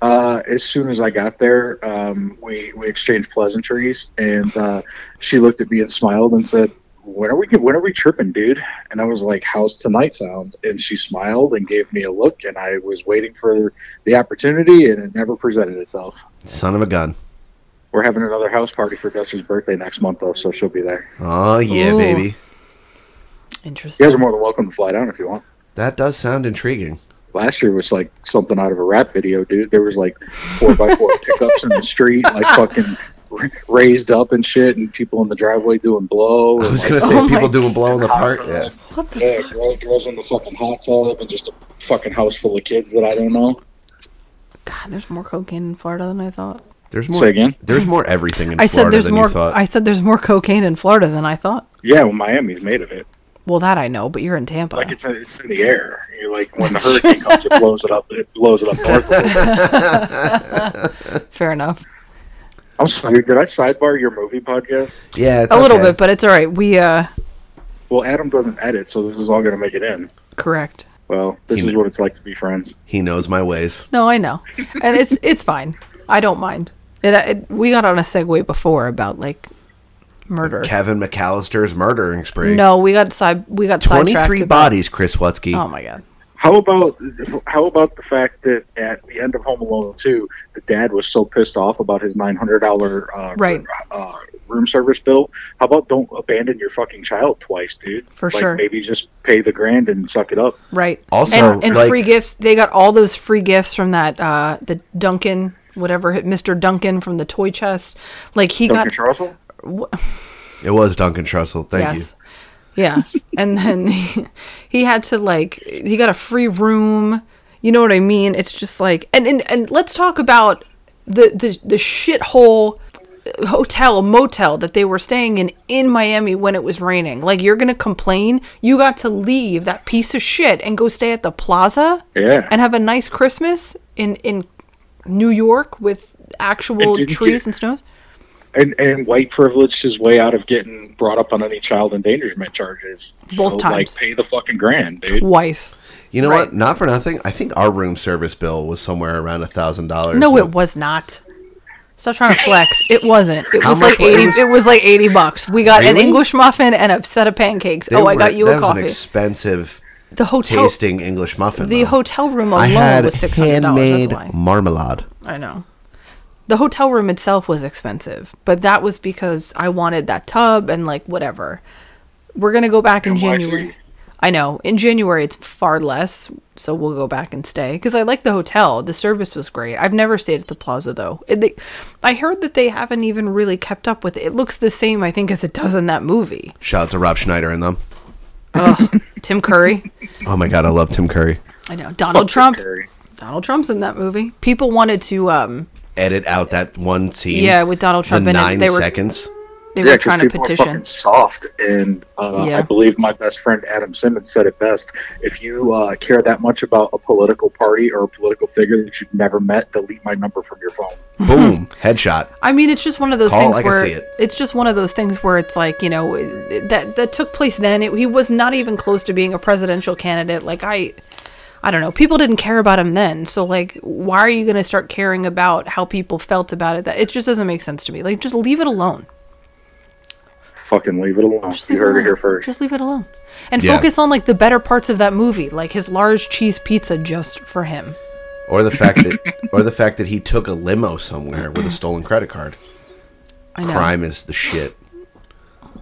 S7: Uh, as soon as I got there, um, we we exchanged pleasantries, and uh, she looked at me and smiled and said, "When are we get- when are we tripping, dude?" And I was like, "How's tonight sound?" And she smiled and gave me a look, and I was waiting for the opportunity, and it never presented itself.
S1: Son of a gun.
S7: We're having another house party for Dusty's birthday next month, though, so she'll be there.
S1: Oh yeah,
S2: Ooh.
S1: baby.
S7: You
S2: interesting.
S7: guys are more than welcome to fly down if you want.
S1: That does sound intriguing.
S7: Last year was like something out of a rap video, dude. There was like four by four pickups in the street, like fucking ra- raised up and shit, and people in the driveway doing blow.
S1: I
S7: and,
S1: was gonna
S7: like,
S1: say
S2: Oh my
S1: people doing blow in the
S7: hot
S1: park.
S7: tub.
S1: Yeah.
S2: What the
S7: Yeah, girl, girls in the fucking hot tub and just a fucking house full of kids that I don't know.
S2: God, there's more cocaine in Florida than I thought.
S1: There's more.
S7: Say again?
S1: There's more everything in
S2: I
S1: Florida
S2: said there's
S1: than
S2: more
S1: you thought.
S2: I said there's more cocaine in Florida than I thought.
S7: Yeah, well, Miami's made of it.
S2: Well, that I know, but you're in Tampa.
S7: Like it's it's in the air. You like when the hurricane comes, it blows it up. It blows it up north. a little bit.
S2: Fair enough.
S7: I'm sorry. Did I sidebar your movie podcast?
S1: yeah, it's
S2: A little
S1: okay.
S2: bit, but it's all right. We uh
S7: Well, Adam doesn't edit, so this is all gonna make it in.
S2: correct.
S7: Well, this
S1: He-
S7: is what it's like to be friends.
S1: He knows my ways.
S2: No, I know, and it's it's fine. I don't mind. It, it we got on a segue before about like murder.
S1: Kevin McAllister's murdering spree.
S2: No, we got side we got sidetracked.
S1: Twenty-three
S2: about-
S1: bodies, Chris Wutzke.
S2: Oh my god.
S7: How about how about the fact that at the end of Home Alone two, the dad was so pissed off about his nine hundred dollar uh,
S2: Right.
S7: uh, room service bill? How about don't abandon your fucking child twice, dude?
S2: For
S7: like,
S2: sure.
S7: Maybe just pay the grand and suck it up.
S2: Right.
S1: Also,
S2: and, and
S1: like-
S2: free gifts. They got all those free gifts from that uh the Duncan whatever Mr. Duncan from the toy chest. Like he
S7: Duncan
S2: got
S7: Trussell.
S1: It was Duncan Trussell. Thank
S2: yes. Yeah. And then he, he had to like he got a free room. You know what I mean? It's just like and and, and let's talk about the the the shithole hotel motel that they were staying in in Miami when it was raining. Like you're going to complain? You got to leave that piece of shit and go stay at the Plaza
S7: Yeah.
S2: and have a nice Christmas in in New York with actual
S7: And didn't
S2: trees
S7: you-
S2: and snows.
S7: And and white privileged his way out of getting brought up on any child endangerment charges.
S2: Both
S7: so,
S2: times.
S7: Like pay the fucking grand, dude.
S2: Twice.
S1: you. You know
S2: Right.
S1: what? Not for nothing. I think our room service bill was somewhere around a thousand dollars.
S2: No, it was not. Stop trying to flex. It wasn't. It
S1: How
S2: was
S1: much
S2: like
S1: was
S2: eighty.
S1: it?
S2: It was like eighty bucks. We got an
S1: Really?
S2: English muffin and a set of pancakes.
S1: They
S2: oh, I
S1: were-
S2: got you
S1: that
S2: a
S1: was
S2: coffee.
S1: An expensive
S2: the hotel,
S1: tasting English muffin.
S2: the
S1: though.
S2: hotel room
S1: I
S2: alone
S1: had
S2: was six hundred dollars.
S1: handmade
S2: That's why.
S1: marmalade.
S2: I know. The hotel room itself was expensive, but that was because I wanted that tub and like whatever. We're gonna go back in
S7: NYC.
S2: January. I know in January it's far less, so we'll go back and stay because I like the hotel. The service was great. I've never stayed at the Plaza though. It, they, I heard that they haven't even really kept up with it. It looks the same, I think, as it does in that movie.
S1: Shout out to Rob Schneider and them.
S2: Tim Curry.
S1: Oh my god, I love Tim Curry.
S2: I know Donald Trump.
S7: Fuck Terry.
S2: Donald Trump's in that movie. People wanted to um
S1: edit out that one scene.
S2: Yeah, with Donald Trump
S1: the
S2: in it,
S1: nine
S2: they were-
S1: seconds.
S2: They
S7: Yeah,
S2: were
S7: because
S2: trying to
S7: people are
S2: petition.
S7: fucking soft, and uh,
S2: Yeah.
S7: I believe my best friend Adam Simmons said it best. If you uh, care that much about a political party or a political figure that you've never met, delete my number from your phone.
S1: Boom, headshot.
S2: I mean, it's just one of those
S1: Paul,
S2: things
S1: I can
S2: where
S1: see it.
S2: it's just one of those things where it's like you know that that took place then. It, he was not even close to being a presidential candidate. Like I, I don't know. People didn't care about him then, so like, why are you going to start caring about how people felt about it? That it just doesn't make sense to me. Like, just leave it alone.
S7: Fucking leave it alone.
S2: Just
S7: you
S2: leave
S7: heard
S2: it
S7: it here
S2: alone.
S7: first.
S2: Just leave it alone, and
S1: Yeah.
S2: focus on like the better parts of that movie, like his large cheese pizza just for him.
S1: Or the fact that, or the fact that he took a limo somewhere with a stolen credit card.
S2: I know.
S1: Crime is the shit.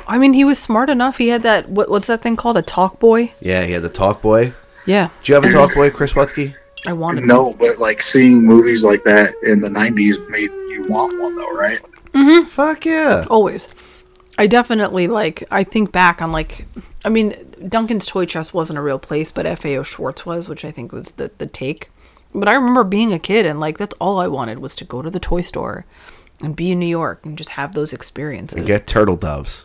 S2: I mean, he was smart enough. He had that what, what's that thing called? A talk boy.
S1: Yeah, he had the talk boy.
S2: Yeah,
S1: Do you have a talk boy, Chris Watsky?
S2: I wanted. him.
S7: No, but like seeing movies like that in the '90s made you want one, though, right?
S1: Fuck yeah.
S2: always. I definitely like. I think back on like. I mean, Duncan's Toy Chest wasn't a real place, but FAO Schwartz was, which I think was the the take. But I remember being a kid and like that's all I wanted was to go to the toy store and be in New York and just have those experiences.
S1: Get turtle doves.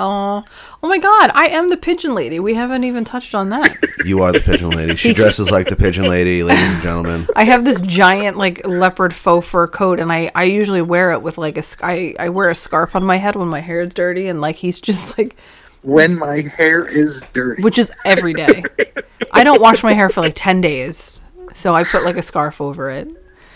S2: Oh, oh my God! I am the pigeon lady. We haven't even touched on that.
S1: You are the pigeon lady. She dresses like the pigeon lady, ladies and gentlemen.
S2: I have this giant like leopard faux fur coat, and I I usually wear it with like a sc- I I wear a scarf on my head when my hair is dirty, and like he's just like
S7: When my hair is dirty,
S2: which is every day. I don't wash my hair for like 10 days. So I put like a scarf over it.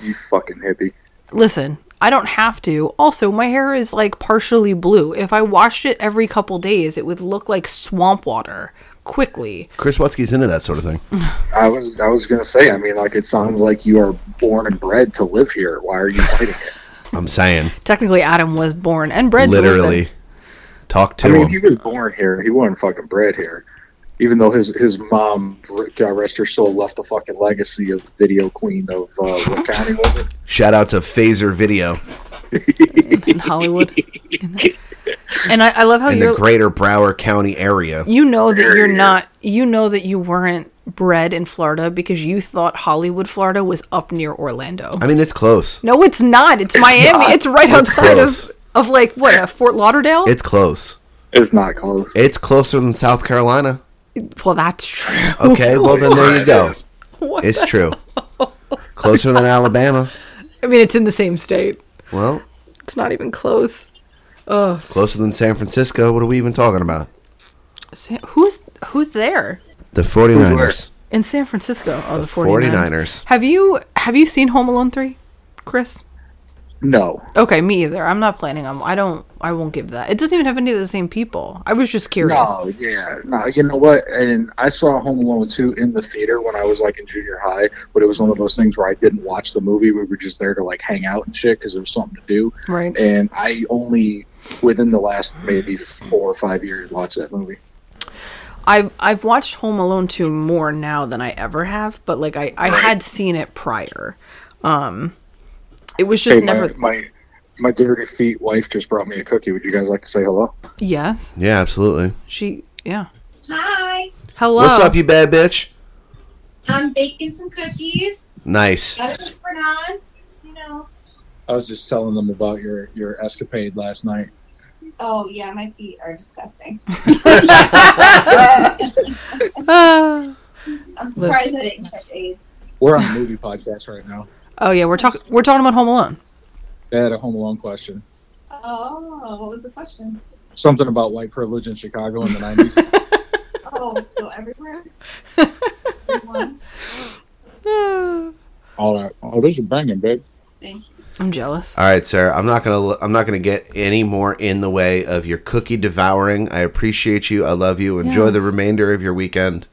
S7: you fucking hippie.
S2: Listen, I don't have to. Also, my hair is like partially blue. If I washed it every couple days, it would look like swamp water quickly.
S1: Chris Watsky's into that sort of thing.
S7: I was I was gonna say. I mean, like it sounds like you are born and bred to live here. Why are you fighting it?
S1: I'm saying.
S2: Technically, Adam was born and bred to live in-
S1: literally. Talk to
S7: I mean,
S1: him.
S7: he was born here. He wasn't fucking bred here. Even though his his mom, God rest her soul, left the fucking legacy of video queen of uh, what county was it?
S1: Shout out to Phaser Video
S2: in Hollywood. and I, I love how
S1: in
S2: you're
S1: the greater Broward County area.
S2: you know that
S7: There
S2: you're
S7: he is.
S2: not you know that you weren't bred in Florida because you thought Hollywood, Florida was up near Orlando.
S1: I mean, it's close.
S2: No, it's not. It's, Miami.
S7: not.
S2: It's right outside
S1: close.
S2: of, of like what uh, Fort Lauderdale.
S1: It's close.
S7: It's not close.
S1: It's closer than South Carolina.
S2: well, that's true.
S1: Okay, well, then there you go.
S7: Yes.
S1: It's true. Closer than Alabama.
S2: I mean, it's in the same state.
S1: Well,
S2: It's not even close.
S1: closer than San Francisco. What are we even talking about?
S2: Sa- Who's who's there
S1: The 49ers.
S2: in San Francisco? Oh, the, 49ers.
S1: 49ers.
S2: Have you have you seen Home Alone three, Chris?
S7: No,
S2: Okay, me either. I'm not planning on. I don't. I won't give that. It doesn't even have any of the same people. I was just curious.
S7: no, yeah, no. You know what? And I saw Home Alone two in the theater when I was like in junior high, but it was one of those things where I didn't watch the movie. We were just there to like hang out and shit because there was something to do.
S2: Right.
S7: And I only within the last maybe four or five years watched that movie.
S2: I've I've watched Home Alone two more now than I ever have, but like I I had seen it prior. Um, it was just
S7: Hey,
S2: never.
S7: my, my my dirty feet wife just brought me a cookie. Would you guys like to say hello?
S2: Yes,
S1: Yeah, absolutely.
S2: she. Yeah.
S8: Hi,
S2: Hello.
S1: What's up, you bad bitch?
S8: I'm baking some cookies.
S1: Nice.
S8: Got it put on. You know.
S7: I was just telling them about your your escapade last night.
S8: Oh yeah, my feet are disgusting.
S2: Ah.
S8: I'm surprised I didn't catch AIDS.
S7: We're on a movie podcast right now.
S2: oh yeah, we're talking. We're talking about Home Alone.
S7: They had a Home Alone question.
S8: Oh, what was the question?
S7: Something about white privilege in Chicago in the nineties.
S8: Oh, so everywhere. Everyone.
S7: All that. Oh, these are banging, babe.
S8: Thank you.
S2: I'm jealous.
S1: All right, sir. I'm not gonna. I'm not gonna get any more in the way of your cookie devouring. I appreciate you. I love you. Enjoy the
S2: Yes.
S1: remainder of your weekend.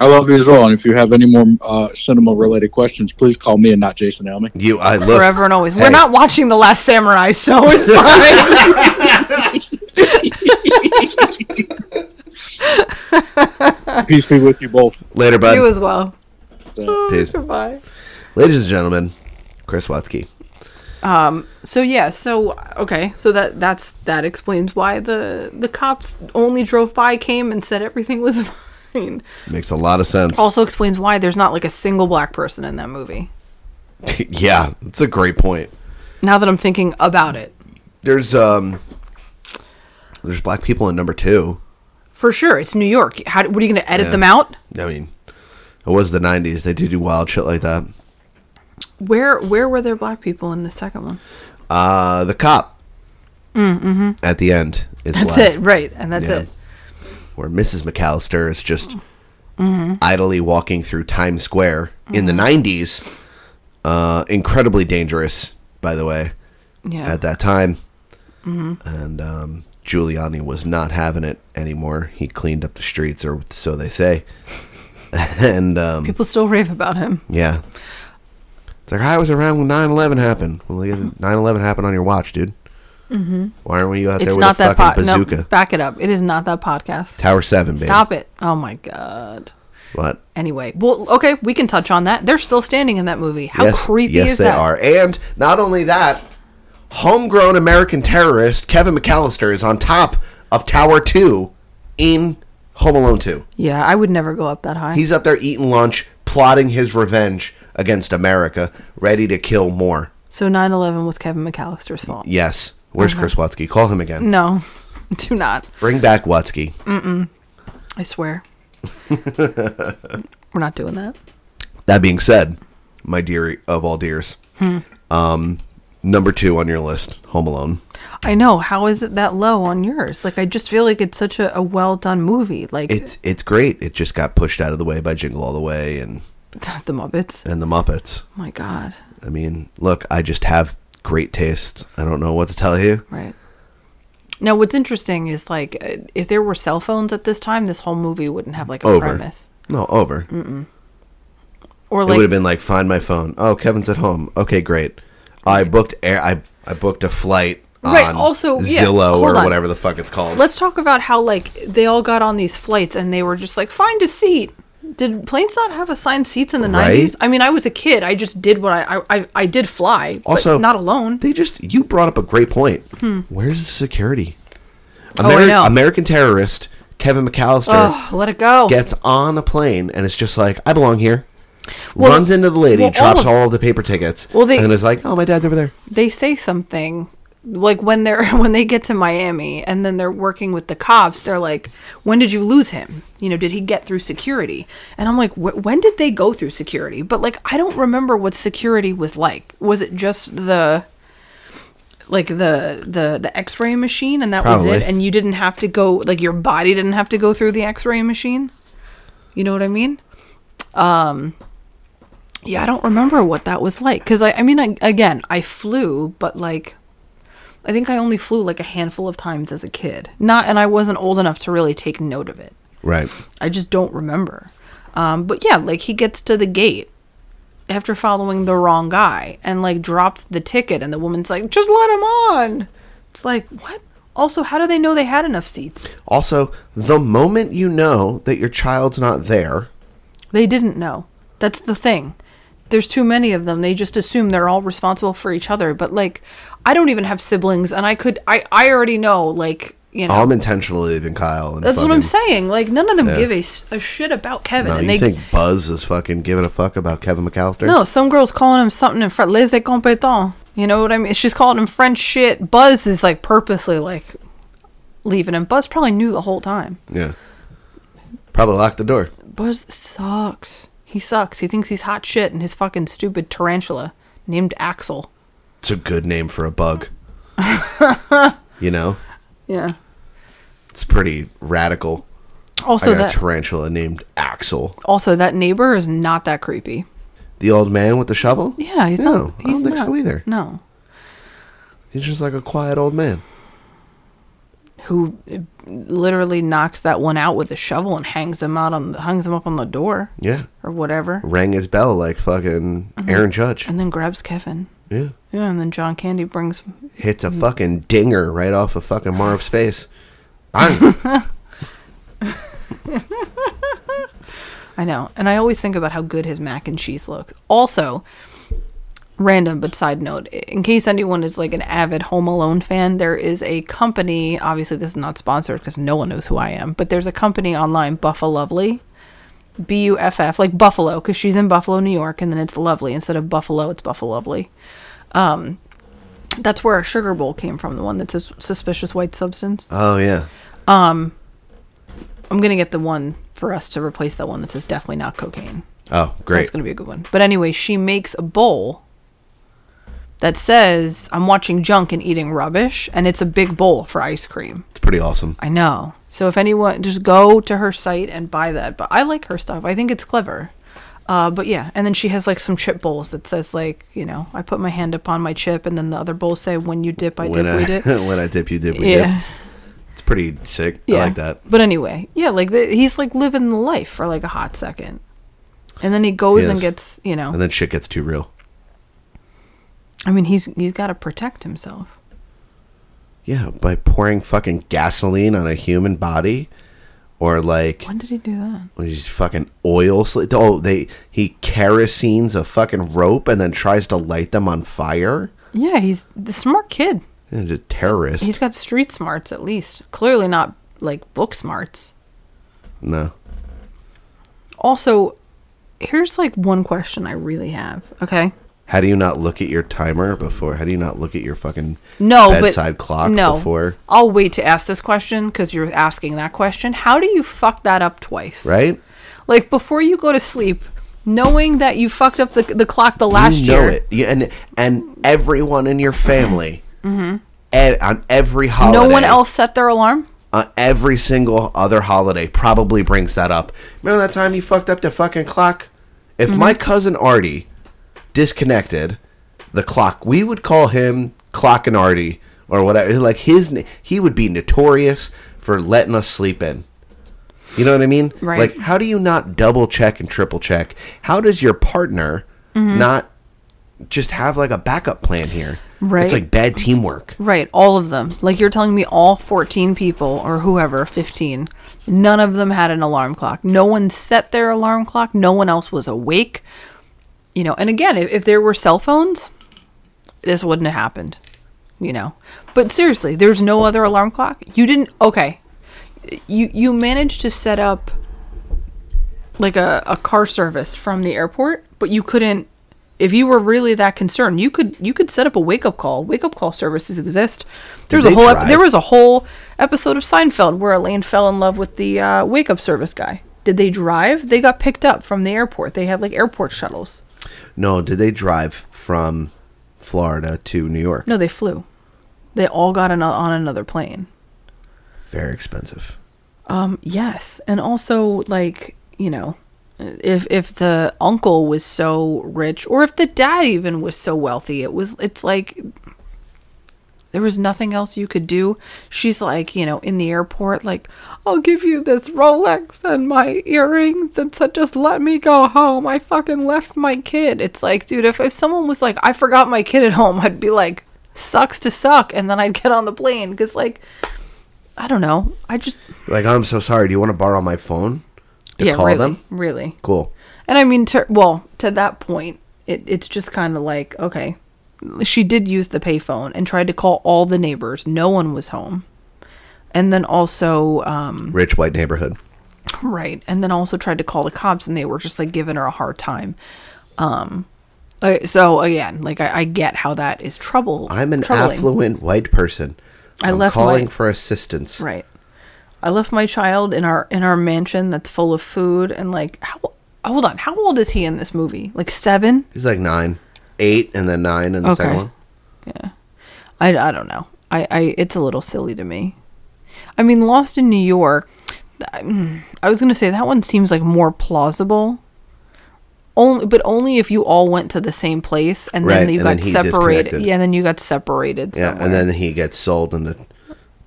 S7: I love you as well. And if you have any more uh, cinema related questions, please call me and not Jason Elmy.
S1: You. I look.
S2: Forever and always.
S1: Hey.
S2: We're not watching The Last Samurai, so it's fine.
S7: Peace be with you both.
S1: Later, bud.
S2: you as well.
S1: Peace.
S2: Goodbye.
S1: Ladies and gentlemen, Chris Watsky.
S2: So yeah, so okay, so that that's that explains why the the cops only drove by, came and said everything was fine.
S1: Makes a lot of sense.
S2: Also explains why there's not like a single black person in that movie.
S1: yeah, it's a great point.
S2: Now that I'm thinking about it,
S1: There's um, there's black people in number two.
S2: for sure, it's New York. How what are you going to edit
S1: Yeah.
S2: them out?
S1: I mean, it was the '90s. They did do wild shit like that.
S2: Where where were there black people in the second one?
S1: Uh, the cop mm-hmm. at the end is
S2: That's
S1: black,
S2: it, right? And that's
S1: Yeah.
S2: it.
S1: Where Mrs. McAllister is just
S2: Mm-hmm.
S1: idly walking through Times Square in the '90s. Uh, incredibly dangerous, by the way,
S2: Yeah. Mm-hmm.
S1: at that time. And um, Giuliani was not having it anymore. He cleaned up the streets, or so they say. and um,
S2: People still rave about him.
S1: Yeah. It's like, I was around when 9 11 happened. Well, 9 11 happened on your watch, dude. Mm-hmm. Why aren't you out there
S2: It's
S1: with
S2: not
S1: a
S2: that
S1: fucking
S2: pod. No,
S1: bazooka?
S2: back it up. It is not that podcast.
S1: Tower 7, baby.
S2: Stop it. Oh my god.
S1: What?
S2: Anyway, well, okay, we can touch on that. They're still standing in that movie. How
S1: yes,
S2: creepy
S1: yes,
S2: is
S1: they
S2: that?
S1: are. And not only that, homegrown American terrorist Kevin McAllister is on top of Tower 2 in Home Alone 2.
S2: Yeah, I would never go up that high.
S1: He's up there eating lunch, plotting his revenge against America, ready to kill more.
S2: so 9/11 was Kevin McAllister's fault.
S1: Yes. Where's
S2: Uh-huh.
S1: Chris Watsky? Call him again.
S2: No, do not.
S1: Bring back Watsky.
S2: I swear. We're not doing that.
S1: That being said, my dearie of all dears, um,
S2: Hmm.
S1: number two on your list, Home Alone.
S2: I know. How is it that low on yours? Like, I just feel like it's such a, a well done movie. Like
S1: It's it's great. It just got pushed out of the way by Jingle All the Way and
S2: the Muppets.
S1: and the Muppets.
S2: Oh my God.
S1: I mean, look, I just have great taste. I don't know what to tell you.
S2: Right. Now, what's interesting is like, uh, if there were cell phones at this time, this whole movie wouldn't have like a
S1: Over.
S2: premise.
S1: No, over.
S2: Or
S1: it would
S2: like,
S1: have been like, find my phone. Oh, Kevin's at home. Okay, great. I booked air. I I booked a flight.
S2: Right,
S1: on
S2: also, yeah,
S1: Zillow
S2: hold
S1: or
S2: on.
S1: whatever the fuck it's called.
S2: let's talk about how like they all got on these flights and they were just like, find a seat. Did planes not have assigned seats in the
S1: Right?
S2: nineties? I mean, I was a kid. I just did what I I, I, I did fly. but
S1: Also,
S2: not alone.
S1: They just you brought up a great point. Where's the security?
S2: Hmm. Oh, I know.
S1: American terrorist Kevin McAllister
S2: Oh, let it go.
S1: gets on a plane and it's just like, I belong here.
S2: Well,
S1: Runs into the lady,
S2: well, all
S1: drops
S2: of-
S1: all of, the paper tickets,
S2: Well, they-
S1: and is like, "Oh, my dad's over there."
S2: they say something like when they're when they get to Miami and then they're working with the cops they're like when did you lose him you know did he get through security and i'm like wh- when did they go through security but like i don't remember what security was like was it just the like the the the x-ray machine and that was
S1: Probably.
S2: it and you didn't have to go like your body didn't have to go through the x-ray machine you know what i mean yeah, I don't remember what that was like. Because I, I mean, I, again, I flew, but like, I think I only flew like a handful of times as a kid. Not, and I wasn't old enough to really take note of it.
S1: Right.
S2: I just don't remember. Um, but yeah, like he gets to the gate after following the wrong guy and like drops the ticket, and the woman's like, "Just let him on." It's like what? Also, how do they know they had enough seats?
S1: Also, the moment you know that your child's not there,
S2: They didn't know. That's the thing. There's too many of them. They just assume they're all responsible for each other. But like, I don't even have siblings, and I could, I, I already know, like, you know,
S1: I'm intentionally leaving Kyle. And
S2: that's what I'm
S1: fucking-
S2: saying. Like, none of them give a, s- a shit about Kevin,
S1: No, you
S2: and they
S1: think Buzz is fucking giving a fuck about Kevin McAllister?
S2: no. Some girls calling him something in French, les incompétents. You know what I mean? She's calling him French shit. Buzz is like purposely like leaving him. Buzz probably knew the whole time.
S1: Yeah. Probably locked the door.
S2: Buzz sucks. He sucks. He thinks he's hot shit, and his fucking stupid tarantula named Axel.
S1: It's a good name for a bug. you know,
S2: Yeah.
S1: it's pretty radical.
S2: Also
S1: I got
S2: that
S1: a tarantula named Axel.
S2: also that neighbor is not that creepy.
S1: The old man with the shovel?
S2: Yeah, he's
S1: no,
S2: not.
S1: I don't
S2: he's
S1: think
S2: not- Mm.
S1: so either.
S2: No.
S1: He's just like a quiet old man.
S2: Who uh, literally knocks that one out with a shovel and hangs him out on the, hangs him up on the door
S1: Yeah.
S2: or whatever,
S1: Rang his bell like fucking Aaron Judge.
S2: Mm-hmm. and then grabs Kevin.
S1: Yeah.
S2: Yeah, and then John Candy brings.
S1: Hits
S2: Mm.
S1: a fucking dinger right off of fucking Marv's face. Bang.
S2: I know, and I always think about how good his mac and cheese look. Also, random but side note in case anyone is like an avid home alone fan there is a company obviously this is not sponsored because no one knows who i am but there's a company online buffa lovely b-u-f-f like buffalo because she's in buffalo new york and then it's lovely instead of buffalo it's buffa lovely um That's where our sugar bowl came from, the one that's a s- suspicious white substance.
S1: Oh yeah.
S2: I'm gonna get the one for us to replace that one that says definitely not cocaine.
S1: Oh
S2: That's
S1: great.
S2: gonna be a good one. But anyway, she makes a bowl that says I'm watching junk and eating rubbish, and it's a big bowl for ice cream.
S1: It's pretty awesome.
S2: I know. So if anyone, just go to her site and buy that. But I like her stuff. I think it's clever. Uh, but yeah, and then she has like some chip bowls that says like, you know, I put my hand upon my chip, and then the other bowls say, "When you dip, I
S1: when
S2: dip,
S1: I
S2: we dip."
S1: when I dip, you dip, we
S2: yeah,
S1: dip. It's pretty sick.
S2: yeah.
S1: I like that.
S2: But anyway, yeah, like the, he's like living the life for like a hot second, and then he goes
S1: He
S2: and
S1: is.
S2: gets, you know,
S1: And then shit gets too real.
S2: I mean, he's he's got to protect himself.
S1: Yeah, by pouring fucking gasoline on a human body, or like
S2: When did he do that?
S1: when he's fucking oil. Sl- oh, they he kerosenes a fucking rope and then tries to light them on fire.
S2: Yeah, he's the smart kid.
S1: And a terrorist.
S2: He's got street smarts at least. Clearly not like book smarts.
S1: no.
S2: Also, here's like one question I really have. Okay.
S1: How do you not look at your timer before? How do you not look at your fucking
S2: No,
S1: bedside
S2: but
S1: clock
S2: no.
S1: before?
S2: I'll wait to ask this question because you're asking that question. How do you fuck that up twice?
S1: Right?
S2: Like before you go to sleep, knowing that you fucked up the, the clock the last
S1: you know
S2: year.
S1: it. You, and and everyone in your family e- on every holiday.
S2: Mm-hmm. No one else set their alarm.
S1: on uh, every single other holiday probably brings that up. Remember that time you fucked up the fucking clock? If my
S2: Mm-hmm.
S1: cousin Artie disconnected the clock, we would call him Clock and Artie or whatever. Like his, na- he would be notorious for letting us sleep in. You know what I mean?
S2: Right.
S1: Like, how do you not double check and triple check? How does your partner
S2: Mm-hmm.
S1: not just have like a backup plan here?
S2: Right.
S1: It's like bad teamwork.
S2: Right, all of them. Like you're telling me all 14 people or whoever, 15, none of them had an alarm clock. No one set their alarm clock. No one else was awake. You know, and again, if, if there were cell phones, this wouldn't have happened, you know. But seriously, there's no other alarm clock. You didn't okay. You you managed to set up like a, a car service from the airport, but you couldn't if you were really that concerned, you could you could set up a wake up call. Wake up call services exist. There was a
S1: they
S2: whole ep-
S1: drive?
S2: there was a whole episode of Seinfeld where Elaine fell in love with the uh, wake up service guy. Did they drive? They got picked up from the airport. They had like airport shuttles.
S1: No, did they drive from Florida to New York?
S2: No, they flew. They all got ano- on another plane.
S1: Very expensive.
S2: Yes, and also like you know, if if the uncle was so rich, or if the dad even was so wealthy, it was it's like there was nothing else you could do. She's like you know in the airport, like I'll give you this Rolex and my earrings, and so just let me go home. I fucking left my kid. It's like, dude, if if someone was like, I forgot my kid at home, I'd be like, sucks to suck, and then I'd get on the plane because like. I don't know. I just
S1: Like, I'm so sorry. Do you want to borrow my phone to call
S2: really,
S1: them?
S2: Really.
S1: Cool.
S2: And I mean, to, well, to that point, it, it's just kind of like, okay, she did use the payphone and tried to call all the neighbors. No one was home. And then also, um,
S1: Rich white neighborhood.
S2: right. And then also tried to call the cops and they were just like giving her a hard time. Um, uh, so again, like I, I get how that is trouble.
S1: I'm an
S2: troubling.
S1: affluent white person.
S2: I
S1: I'm
S2: left
S1: calling
S2: my-
S1: for assistance.
S2: Right. I left my child in our in our mansion that's full of food and like how hold on, how old is he in this movie? Like 7?
S1: He's like nine, eight, and then nine, and the
S2: Okay.
S1: second one.
S2: I, I don't know. I, I it's a little silly to me. I mean, Lost in New York. I, mm, I was gonna say that one seems like more plausible. Only, but only if you all went to the same place and
S1: Right,
S2: then you
S1: and then
S2: got
S1: he
S2: separated.
S1: disconnected.
S2: Yeah, and then you got separated.
S1: Yeah,
S2: somewhere.
S1: and then he gets sold into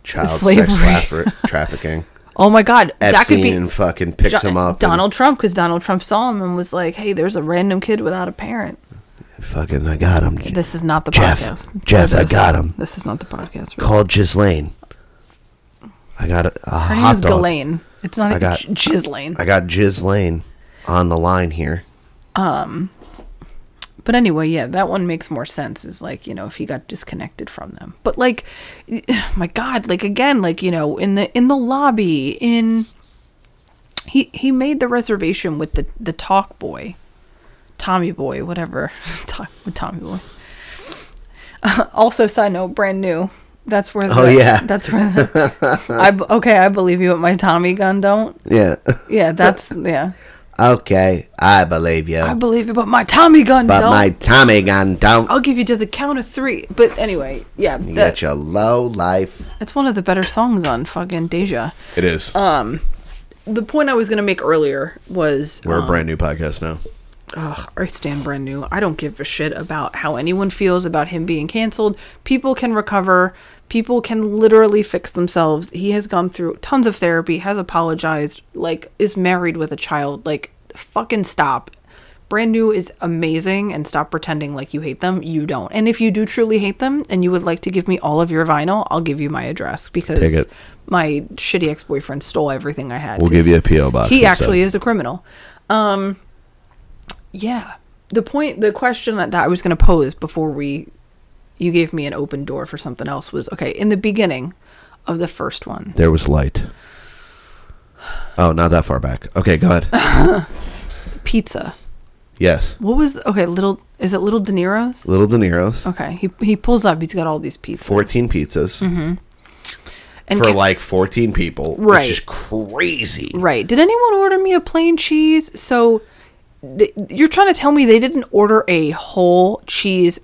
S1: child
S2: Slavery.
S1: sex traffic- trafficking.
S2: oh my god, that could be
S1: Epstein fucking picks
S2: Jo-
S1: him up. and
S2: Donald Trump because Donald Trump saw him and was like, "Hey, there's a random kid without a parent."
S1: fucking, I got him.
S2: This is not the
S1: Jeff,
S2: podcast.
S1: Jeff,
S2: Or
S1: I
S2: this.
S1: got him.
S2: This is not the podcast. for
S1: Called Ghislaine. I got a, a
S2: this. Her
S1: hot
S2: name is
S1: dog.
S2: Ghislaine. It's not even
S1: got-
S2: G- Ghislaine.
S1: I got Jiz Lane on the line here.
S2: But anyway, yeah, that one makes more sense is like, you know, if he got disconnected from them. But like my god, like again, like, you know, in the in the lobby in he he made the reservation with the the talk boy. Tommy boy, whatever. talk with Tommy boy. also, side note, brand new. That's where. The,
S1: Oh, yeah.
S2: That's where. The, I b- okay. I believe you, but my Tommy gun don't.
S1: Yeah.
S2: Yeah, that's yeah.
S1: okay, I believe you.
S2: I believe you, but my Tommy gun
S1: but
S2: don't.
S1: my Tommy gun don't
S2: I'll give you to the count of three. But anyway, yeah,
S1: You
S2: that-
S1: got your low life.
S2: that's one of the better songs on fucking Deja. Um,
S1: It is.
S2: The point I was gonna make earlier was
S1: We're a brand new podcast now.
S2: Ugh, I stand brand new. I don't give a shit about how anyone feels about him being canceled. People can recover. People can literally fix themselves. He has gone through tons of therapy, has apologized, like is married with a child. Like fucking stop. Brand new is amazing and stop pretending like you hate them. You don't. And if you do truly hate them and you would like to give me all of your vinyl, I'll give you my address
S1: Take
S2: because
S1: it.
S2: my shitty ex-boyfriend stole everything I had.
S1: We'll give
S2: 'cause
S1: you a P.O. box
S2: He
S1: instead.
S2: actually is a criminal. Yeah. The point, the question that I was going to pose before we, you gave me an open door for something else was okay, in the beginning of the first one,
S1: There was light. Oh, not that far back. Okay, go ahead.
S2: pizza.
S1: Yes.
S2: What was, okay, little, is it Little De Niro's?
S1: Little De Niro's.
S2: Okay. He, he pulls up, he's got all these pizzas.
S1: 14 pizzas
S2: Mm-hmm. and
S1: for
S2: ca-
S1: like 14 people.
S2: Right.
S1: Which is crazy.
S2: Right. Did anyone order me a plain cheese? So th- you're trying to tell me they didn't order a whole cheese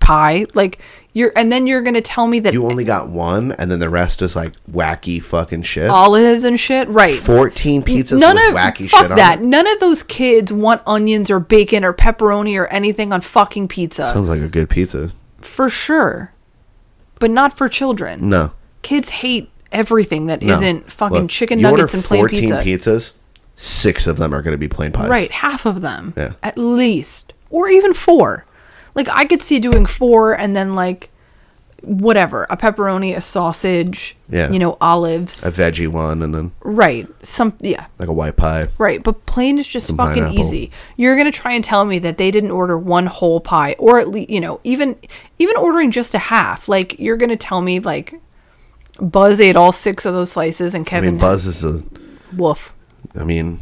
S2: pie? Like, you're, and then you're going to tell me that
S1: You only got one, and then the rest is like wacky fucking shit.
S2: olives and shit? Right.
S1: 14 pizzas
S2: none
S1: with
S2: of
S1: wacky
S2: fuck
S1: shit on
S2: that.
S1: it.
S2: None of those kids want onions or bacon or pepperoni or anything on fucking pizza
S1: Sounds like a good pizza.
S2: for sure, but not for children.
S1: No.
S2: Kids hate everything that
S1: no.
S2: not fucking
S1: Look,
S2: chicken
S1: you order
S2: nuggets and plain pizza.
S1: pizzas, six of them are going to be plain pies.
S2: Right, half of them
S1: Yeah.
S2: at least, or even four. Like I could see doing four and then like whatever a pepperoni, a sausage,
S1: Yeah.
S2: you know, olives.
S1: A veggie one, and then
S2: right, some yeah,
S1: like a white pie.
S2: Right, but plain is just
S1: Some
S2: fucking
S1: pineapple.
S2: easy. You're gonna try and tell me that they didn't order one whole pie, or at least you know, even even ordering just a half. Like you're gonna tell me like Buzz ate all six of those slices and
S1: I
S2: Kevin
S1: mean, Buzz is a.
S2: woof.
S1: I mean,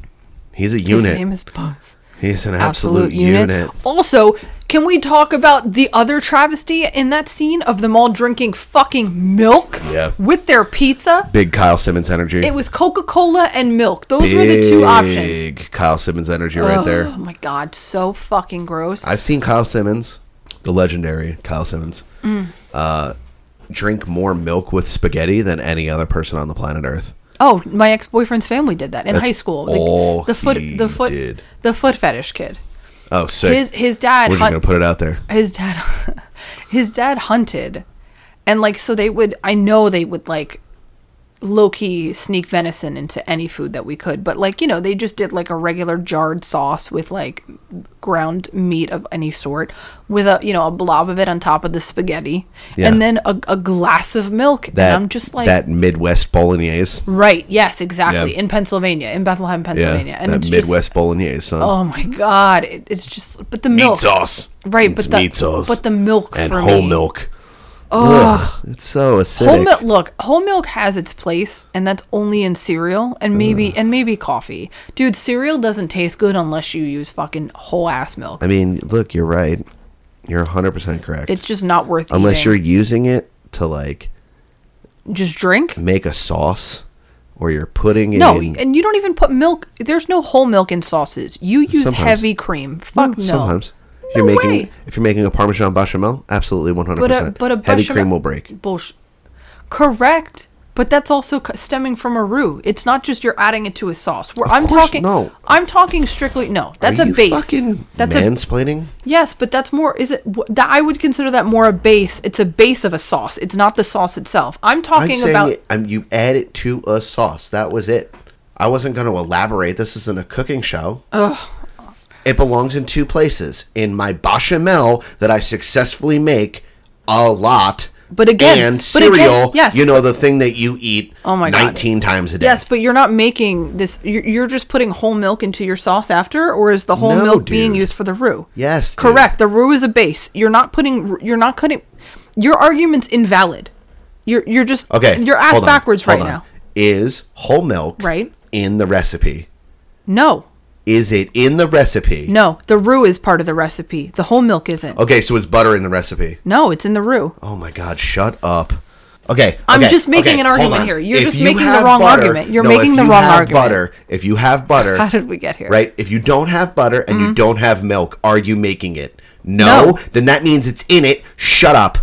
S1: he's a
S2: His
S1: unit.
S2: name is Buzz.
S1: he's an absolute, unit.
S2: Also, can we talk about the other travesty in that scene of them all drinking fucking milk
S1: Yeah.
S2: with their pizza?
S1: Big Kyle Simmons energy.
S2: It was Coca Cola and milk. Those were the two options.
S1: Big Kyle Simmons energy right
S2: Oh
S1: there.
S2: my god, so fucking gross.
S1: I've seen Kyle Simmons, the legendary Kyle Simmons, uh,
S2: Mm.
S1: drink more milk with spaghetti than any other person on the planet Earth.
S2: Oh, my ex boyfriend's family did that in high school. The,
S1: all
S2: the foot,
S1: he
S2: the foot,
S1: did.
S2: the foot fetish kid.
S1: Oh, sick.
S2: His his dad,
S1: We're just
S2: hunt-
S1: gonna put it out there.
S2: his dad, his dad hunted, and like so they would. I know they would like low key sneak venison into any food that we could, but like you know they just did like a regular jarred sauce with like ground meat of any sort with a you know a blob of it on top of the spaghetti,
S1: Yeah.
S2: and then a, a glass of milk.
S1: That
S2: and I'm just like
S1: that Midwest bolognese.
S2: Right. Yes. Exactly.
S1: Yeah.
S2: In Pennsylvania, in Bethlehem,
S1: Yeah,
S2: Pennsylvania, and
S1: that
S2: it's
S1: Midwest
S2: just
S1: bolognese, son.
S2: oh my god, it, it's just but the
S1: meat
S2: milk,
S1: sauce.
S2: right?
S1: It's
S2: But the
S1: meat sauce.
S2: but the milk
S1: and
S2: for
S1: whole
S2: me-
S1: milk. Oh, it's so acidic.
S2: Whole milk. Look, whole milk has its place, and that's only in cereal
S1: Mm.
S2: and maybe and maybe coffee. Dude, cereal doesn't taste good unless you use fucking whole ass milk.
S1: I mean, look, you're right. You're 100% correct.
S2: It's just not worth
S1: Unless
S2: eating.
S1: you're using it to like
S2: just drink.
S1: make a sauce or you're putting it
S2: No,
S1: in.
S2: and you don't even put milk. There's no whole milk in sauces. You use
S1: Sometimes. Mm,
S2: heavy cream. Fuck no.
S1: Hmm, Sometimes. If
S2: No
S1: you're making
S2: way.
S1: if you're making a parmesan bechamel, absolutely 100%.
S2: But a but a
S1: heavy
S2: bechamel-
S1: cream will break.
S2: Bullshit. Correct, but that's also c- stemming from a roux. It's not just you're adding it to a sauce. Where
S1: Of
S2: I'm
S1: course
S2: talking,
S1: no.
S2: I'm talking strictly. No, that's
S1: Are
S2: a
S1: you
S2: base.
S1: Fucking
S2: that's a
S1: mansplaining.
S2: yes, but that's more. Is it wh- that I would consider that more a base? It's a base of a sauce. It's not the sauce itself. I'm
S1: I'm
S2: talking
S1: saying
S2: about
S1: it- I'm, you add it to a sauce. That was it. I wasn't going to elaborate. This isn't a cooking show. It belongs in two places: in my bechamel that I successfully make a lot,
S2: But again-
S1: and
S2: but again,
S1: cereal.
S2: yes.
S1: you know the thing that you eat.
S2: Oh my God.
S1: 19 times a day.
S2: yes, but you're not making this. You're, you're just putting whole milk into your sauce after, or is the whole
S1: No,
S2: milk being
S1: dude.
S2: used for the roux?
S1: Yes, dude.
S2: correct. The roux is a base. You're not putting. You're not cutting. Your argument's invalid. You're you're just
S1: Okay.
S2: You're ass
S1: hold on,
S2: backwards
S1: hold
S2: right
S1: on.
S2: now.
S1: Is whole milk
S2: Right.
S1: in the recipe?
S2: No,
S1: Is it in the recipe?
S2: No, the roux is part of the recipe. The whole milk isn't.
S1: Okay, so it's butter in the recipe.
S2: No, it's in the roux.
S1: Oh my God! Shut up. Okay,
S2: I'm
S1: okay,
S2: just making
S1: okay,
S2: an
S1: hold
S2: argument
S1: on.
S2: here. You're
S1: If
S2: just
S1: you
S2: making the
S1: have
S2: wrong argument. You're making
S1: if
S2: the
S1: you
S2: wrong
S1: have
S2: argument.
S1: Butter. If you have butter,
S2: How did we get here? Mm-hmm.
S1: right? If you don't have butter and you don't have milk, are you making it? No,
S2: No.
S1: Then that means it's in it. Shut up.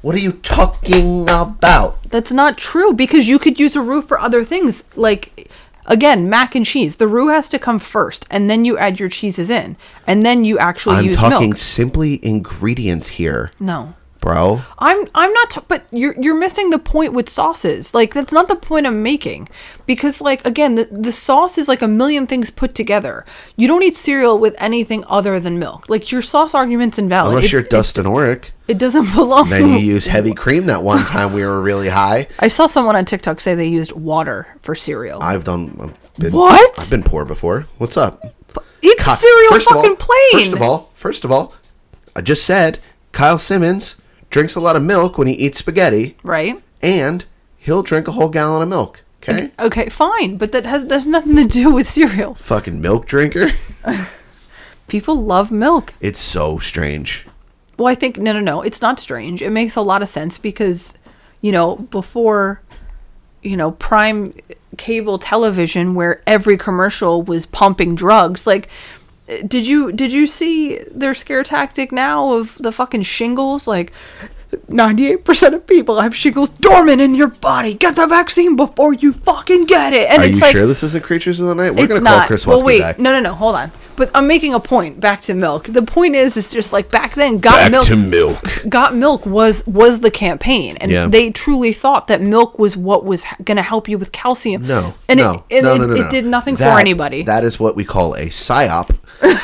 S1: What are you talking about?
S2: That's not true because you could use a roux for other things. Like, again, mac and cheese. The roux has to come first, and then you add your cheeses in, and then you actually
S1: I'm
S2: use
S1: talking
S2: milk.
S1: simply ingredients here,
S2: No.
S1: bro.
S2: I'm I'm not, t- but you're you're missing the point with sauces. Like that's not the point I'm making, because like again, the, the sauce is like a million things put together. You don't eat cereal with anything other than milk. Like your sauce argument's invalid.
S1: Unless
S2: Oh, it,
S1: you're Dustin Oric,
S2: it doesn't belong.
S1: then you use heavy cream. That one time we were really high.
S2: I saw someone on TikTok say they used water for cereal.
S1: I've done. I've been,
S2: What?
S1: I've been poor before. What's up?
S2: Eat
S1: Ki-
S2: cereal
S1: first of all-
S2: fucking plain.
S1: First of all, first of all, I just said Kyle Simmons drinks a lot of milk when he eats spaghetti,
S2: right?
S1: and he'll drink a whole gallon of milk. Okay,
S2: Okay, fine, but that has that's nothing to do with cereal.
S1: fucking milk drinker.
S2: People love milk.
S1: It's so strange.
S2: Well, I think no, no, no. It's not strange. It makes a lot of sense because, you know, before, you know, prime cable television where every commercial was pumping drugs. Like, eh, did you did you see their scare tactic now of the fucking shingles? Like, ninety eight percent of people have shingles dormant in your body. Get the vaccine before you fucking get it. And
S1: Are
S2: it's
S1: you
S2: like,
S1: sure this isn't Creatures of the Night? We're
S2: it's
S1: gonna
S2: not.
S1: call Chris Watsky
S2: well, wait,
S1: back.
S2: no, no, no. Hold on. But I'm making a point. Back to milk. The point is, it's just like back then, got milk.
S1: milk.
S2: Got Milk was was the campaign, and
S1: Yeah.
S2: they truly thought that milk was what was going to help you with calcium.
S1: No,
S2: and
S1: no,
S2: it, and
S1: no,
S2: it,
S1: no, no,
S2: it
S1: no.
S2: did nothing
S1: That-
S2: for anybody.
S1: That is what we call a psyop,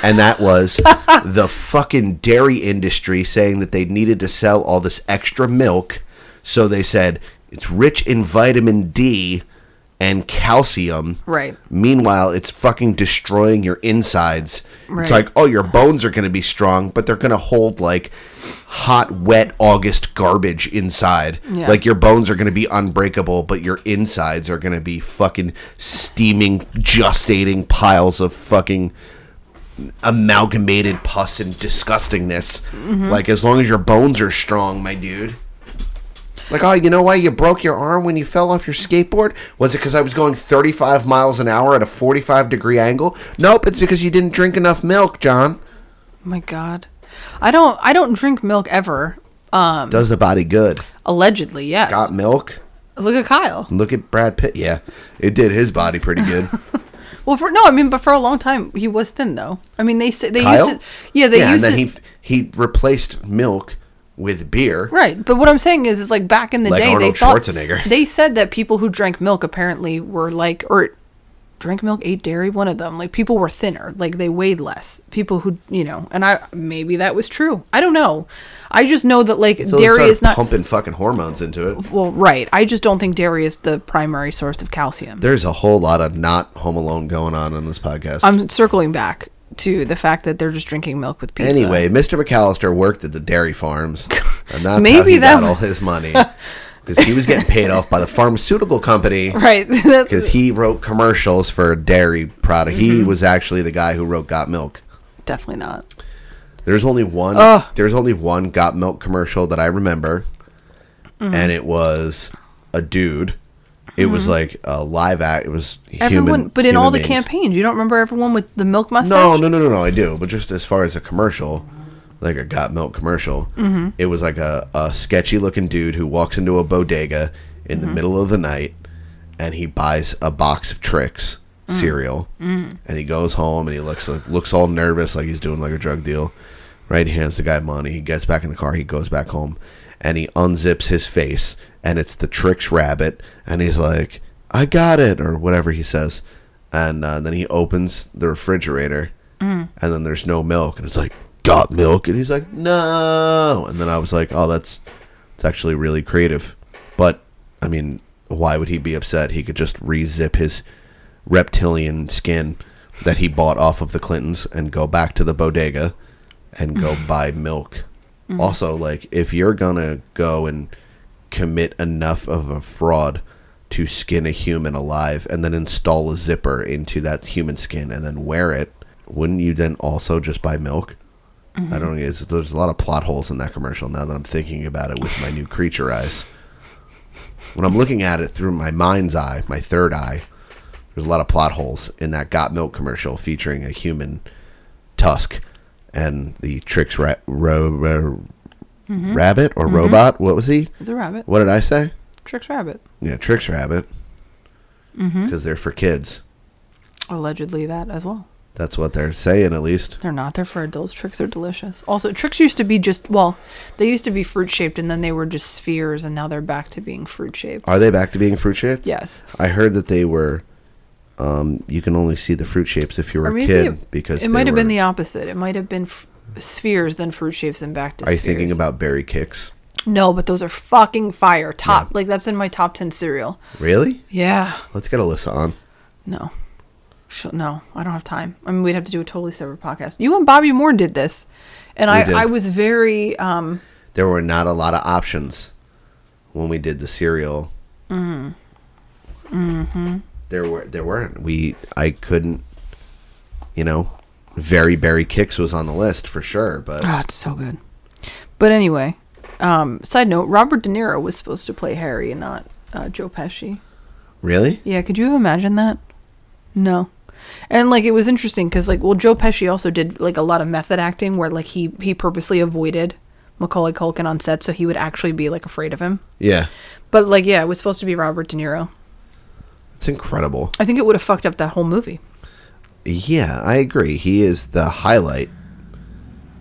S1: and that was the fucking dairy industry saying that they needed to sell all this extra milk, so they said it's rich in vitamin D and calcium.
S2: Right.
S1: Meanwhile, it's fucking destroying your insides.
S2: Right.
S1: It's like, oh, your bones are going to be strong, but they're going to hold like hot, wet August garbage inside.
S2: Yeah.
S1: Like your bones are going to be unbreakable, but your insides are going to be fucking steaming, gustating piles of fucking amalgamated pus and disgustingness. Like as long as your bones are strong, my dude. Like, oh, you know why you broke your arm when you fell off your skateboard? Was it because I was going 35 miles an hour at a 45 degree angle? Nope, it's because you didn't drink enough milk, John.
S2: oh my God, I don't I don't drink milk ever. Um,
S1: Does the body good?
S2: allegedly, yes.
S1: Got milk.
S2: Look at Kyle.
S1: Look at Brad Pitt. Yeah, it did his body pretty good.
S2: Well, for no, I mean, but for a long time he was thin though. I mean, they say they
S1: Kyle?
S2: used to, yeah, they
S1: yeah, and
S2: used
S1: then
S2: to.
S1: he he replaced milk with beer.
S2: Right, but what I'm saying is, is like back in the
S1: Like
S2: day,
S1: Arnold
S2: they thought
S1: Schwarzenegger.
S2: they said that people who drank milk apparently were like, or drank milk, ate dairy, one of them. Like people were thinner, like they weighed less. People who, you know, and I maybe that was true. I don't know. I just know that like
S1: So they
S2: dairy
S1: started
S2: is not
S1: pumping fucking hormones into it.
S2: well, right. I just don't think dairy is the primary source of calcium.
S1: There's a whole lot of not home alone going on in this podcast.
S2: I'm circling back to the fact that they're just drinking milk with pizza.
S1: Anyway, Mr. McAllister worked at the dairy farms, and that's how
S2: Maybe
S1: he
S2: that
S1: got all
S2: was-
S1: his money because he was getting paid off by the pharmaceutical company
S2: right? that's-
S1: because he wrote commercials for dairy product.
S2: Mm-hmm.
S1: He was actually the guy who wrote Got Milk.
S2: definitely not.
S1: There's only one. There's only one Got Milk commercial that I remember,
S2: Mm-hmm.
S1: and it was a dude. It was like a live act. It was human.
S2: Everyone, but in
S1: human
S2: all the
S1: beings.
S2: campaigns, you don't remember everyone with the milk mustache.
S1: No, no, no, no, no. I do, but just as far as a commercial, like a Got Milk commercial,
S2: Mm-hmm.
S1: it was like a, a sketchy looking dude who walks into a bodega in
S2: Mm-hmm.
S1: the middle of the night and he buys a box of tricks cereal and he goes home and he looks looks all nervous like he's doing like a drug deal. Right, he hands the guy money. He gets back in the car. He goes back home, and he unzips his face, and it's the tricks rabbit. And he's like, "I got it," or whatever he says. And uh, then he opens the refrigerator, and then there's no milk, and it's like, "Got milk?" And he's like, "No." And then I was like, "Oh, that's it's actually really creative." But I mean, why would he be upset? He could just re-zip his reptilian skin that he bought off of the Clintons and go back to the bodega and go buy milk. Also, like if you're gonna go and commit enough of a fraud to skin a human alive and then install a zipper into that human skin and then wear it, wouldn't you then also just buy milk? I don't. It's, there's a lot of plot holes in that commercial now that I'm thinking about it with my new creature eyes. When I'm looking at it through my mind's eye, my third eye, there's a lot of plot holes in that Got Milk commercial featuring a human tusk and the Trix ra- ro- ro- rabbit or robot. What was he?
S2: It's a rabbit.
S1: What did I say?
S2: Tricks rabbit.
S1: Yeah, Trix rabbit. Because they're for kids.
S2: Allegedly that as well.
S1: That's what they're saying, at least.
S2: They're not. They're for adults. Tricks are delicious. Also, tricks used to be just well, they used to be fruit shaped, and then they were just spheres, and now they're back to being fruit shaped.
S1: Are they back to being fruit shaped?
S2: Yes.
S1: I heard that they were. Um, you can only see the fruit shapes if you were a kid because
S2: it
S1: they
S2: might have been
S1: were-
S2: the opposite. It might have been f- spheres, then fruit shapes, and back to.
S1: Are you
S2: spheres.
S1: thinking about berry kicks?
S2: No, but those are fucking fire. Top like that's in my top ten cereal.
S1: Really?
S2: Yeah.
S1: Let's get Alyssa on.
S2: No. She'll, no, I don't have time. I mean, we'd have to do a totally separate podcast. You and Bobby Moore did this, and
S1: did.
S2: I, I was very um,
S1: There were not a lot of options when we did the cereal. Mm. Mm-hmm.
S2: Mm-hmm.
S1: There were there weren't. We I couldn't. You know, very berry kicks was on the list for sure, but
S2: Oh, it's so good. But anyway, um, side note: Robert De Niro was supposed to play Harry and not uh, Joe Pesci.
S1: really,
S2: Yeah, could you have imagined that? No. And like it was interesting because like well, Joe Pesci also did like a lot of method acting where like he he purposely avoided Macaulay Culkin on set so he would actually be like afraid of him.
S1: yeah,
S2: But like yeah, it was supposed to be Robert De Niro.
S1: it's incredible.
S2: I think it would have fucked up that whole movie.
S1: Yeah, I agree. He is the highlight.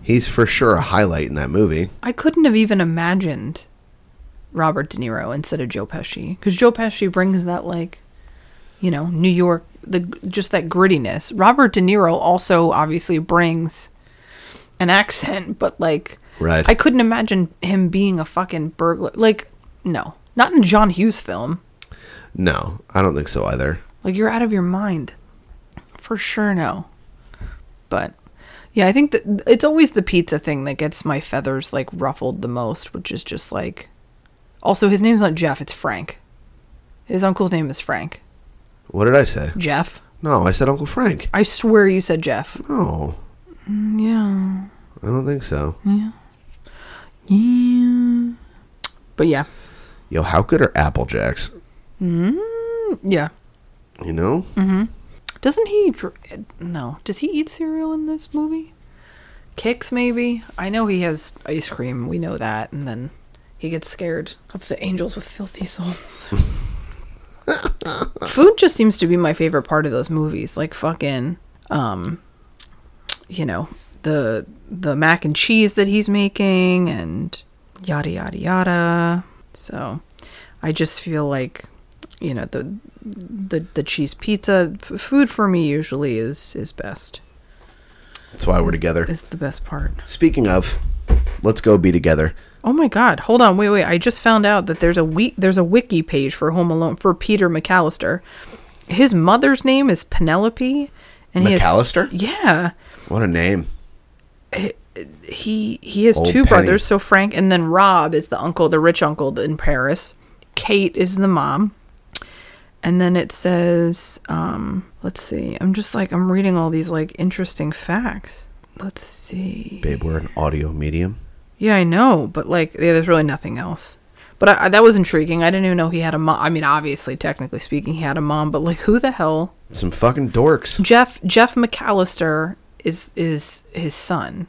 S1: He's for sure a highlight in that movie.
S2: I couldn't have even imagined Robert De Niro instead of Joe Pesci because Joe Pesci brings that like, you know, New York the just that grittiness. Robert De Niro also obviously brings an accent, but like,
S1: Right.
S2: I couldn't imagine him being a fucking burglar. Like, no, not in John Hughes film.
S1: No, I don't think so either.
S2: Like you're out of your mind. For sure no. But yeah, I think that it's always the pizza thing that gets my feathers like ruffled the most, which is just like Also, his name's not Jeff, it's Frank. His uncle's name is Frank.
S1: What did I say?
S2: Jeff.
S1: No, I said Uncle Frank.
S2: I swear you said Jeff.
S1: No,
S2: Yeah.
S1: I don't think so.
S2: Yeah. But yeah.
S1: Yo, how good are Apple Jacks?
S2: Yeah.
S1: You know?
S2: Doesn't he dr- No. Does he eat cereal in this movie? Kicks maybe. I know he has ice cream. We know that. And then he gets scared of the angels with filthy souls. Food just seems to be my favorite part of those movies. Like fucking um you know, the the mac and cheese that he's making and yada yada yada. So I just feel like you know, the the the cheese pizza f- food for me usually is is best.
S1: That's why we're together.
S2: Is the best part.
S1: Speaking of, let's go be together.
S2: Oh my god, hold on, wait, wait. I just found out that there's a we- there's a wiki page for Home Alone for Peter McAllister. His mother's name is Penelope and he has
S1: McAllister?
S2: Yeah.
S1: What a name.
S2: He he has
S1: Old
S2: two
S1: Penny.
S2: brothers, so Frank and then Rob is the uncle, the rich uncle in Paris. Kate is the mom. And then it says, um, let's see. I'm just like I'm reading all these like interesting facts. Let's see.
S1: Babe, we're an audio medium.
S2: Yeah, I know, but like, yeah, there's really nothing else. But I, I, that was intriguing. I didn't even know he had a mom. I mean, obviously, technically speaking, he had a mom. But like, who the hell?
S1: Some fucking dorks.
S2: Jeff Jeff McAllister is is his son.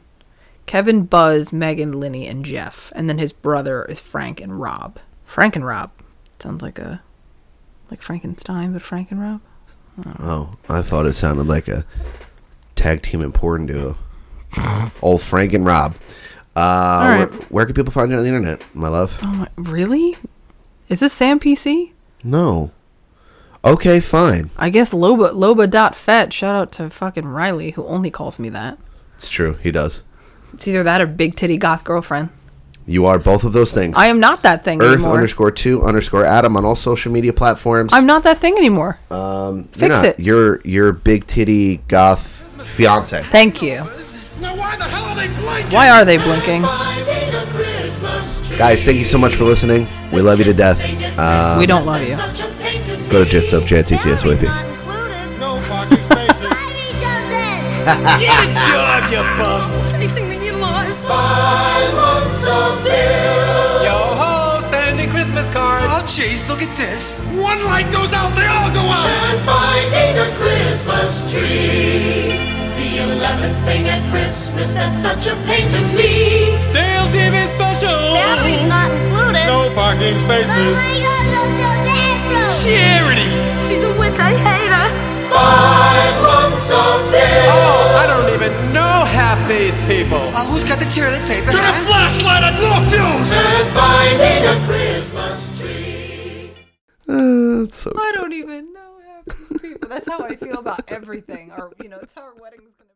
S2: Kevin, Buzz, Megan, Lenny, and Jeff, and then his brother is Frank and Rob. Frank and Rob sounds like a like Frankenstein, but Frank and Rob.
S1: Oh, I thought it sounded like a tag team and porn duo. Old Frank and Rob. Uh,
S2: right.
S1: where, where can people find you on the internet, my love?
S2: Oh my, really? Is this Sam PC?
S1: No. Okay, fine.
S2: I guess Loba Loba.fat. Shout out to fucking Riley who only calls me that.
S1: It's true. He does.
S2: It's either that or big titty goth girlfriend.
S1: You are both of those things.
S2: I am not that thing
S1: Earth
S2: anymore.
S1: underscore two underscore Adam on all social media platforms.
S2: I'm not that thing anymore.
S1: You're
S2: fix
S1: not.
S2: it.
S1: You're you're big titty goth fiance.
S2: Thank you.
S4: Now why the hell are they blinking?
S2: Why are they blinking?
S3: Finding a Christmas tree.
S1: Guys, thank you so much for listening. We love you to death. Uh,
S2: We don't love you.
S3: Such a pain
S1: Go to jitsoapjttswavy.
S4: No parking spaces. Get a job, you bum.
S5: Facing the in-laws.
S3: Five months of bills.
S6: Yo ho, sending Christmas cards.
S4: Oh, jeez, look at this. One light goes out, they all go out.
S3: and finding a Christmas tree. The eleventh thing at Christmas that's such a pain to me.
S6: Dale TV special.
S9: not included.
S4: No parking spaces.
S9: She-
S4: Charities.
S5: She's a witch, I hate her.
S3: Five months of bills.
S6: Oh, I don't even know half these people.
S10: Uh, who's got the toilet paper?
S4: Got a flashlight, I blew a fuse.
S3: and finding a Christmas tree.
S1: Uh, it's so
S2: I don't even know half these people. That's how I feel about everything. Or you know, that's how our wedding's gonna.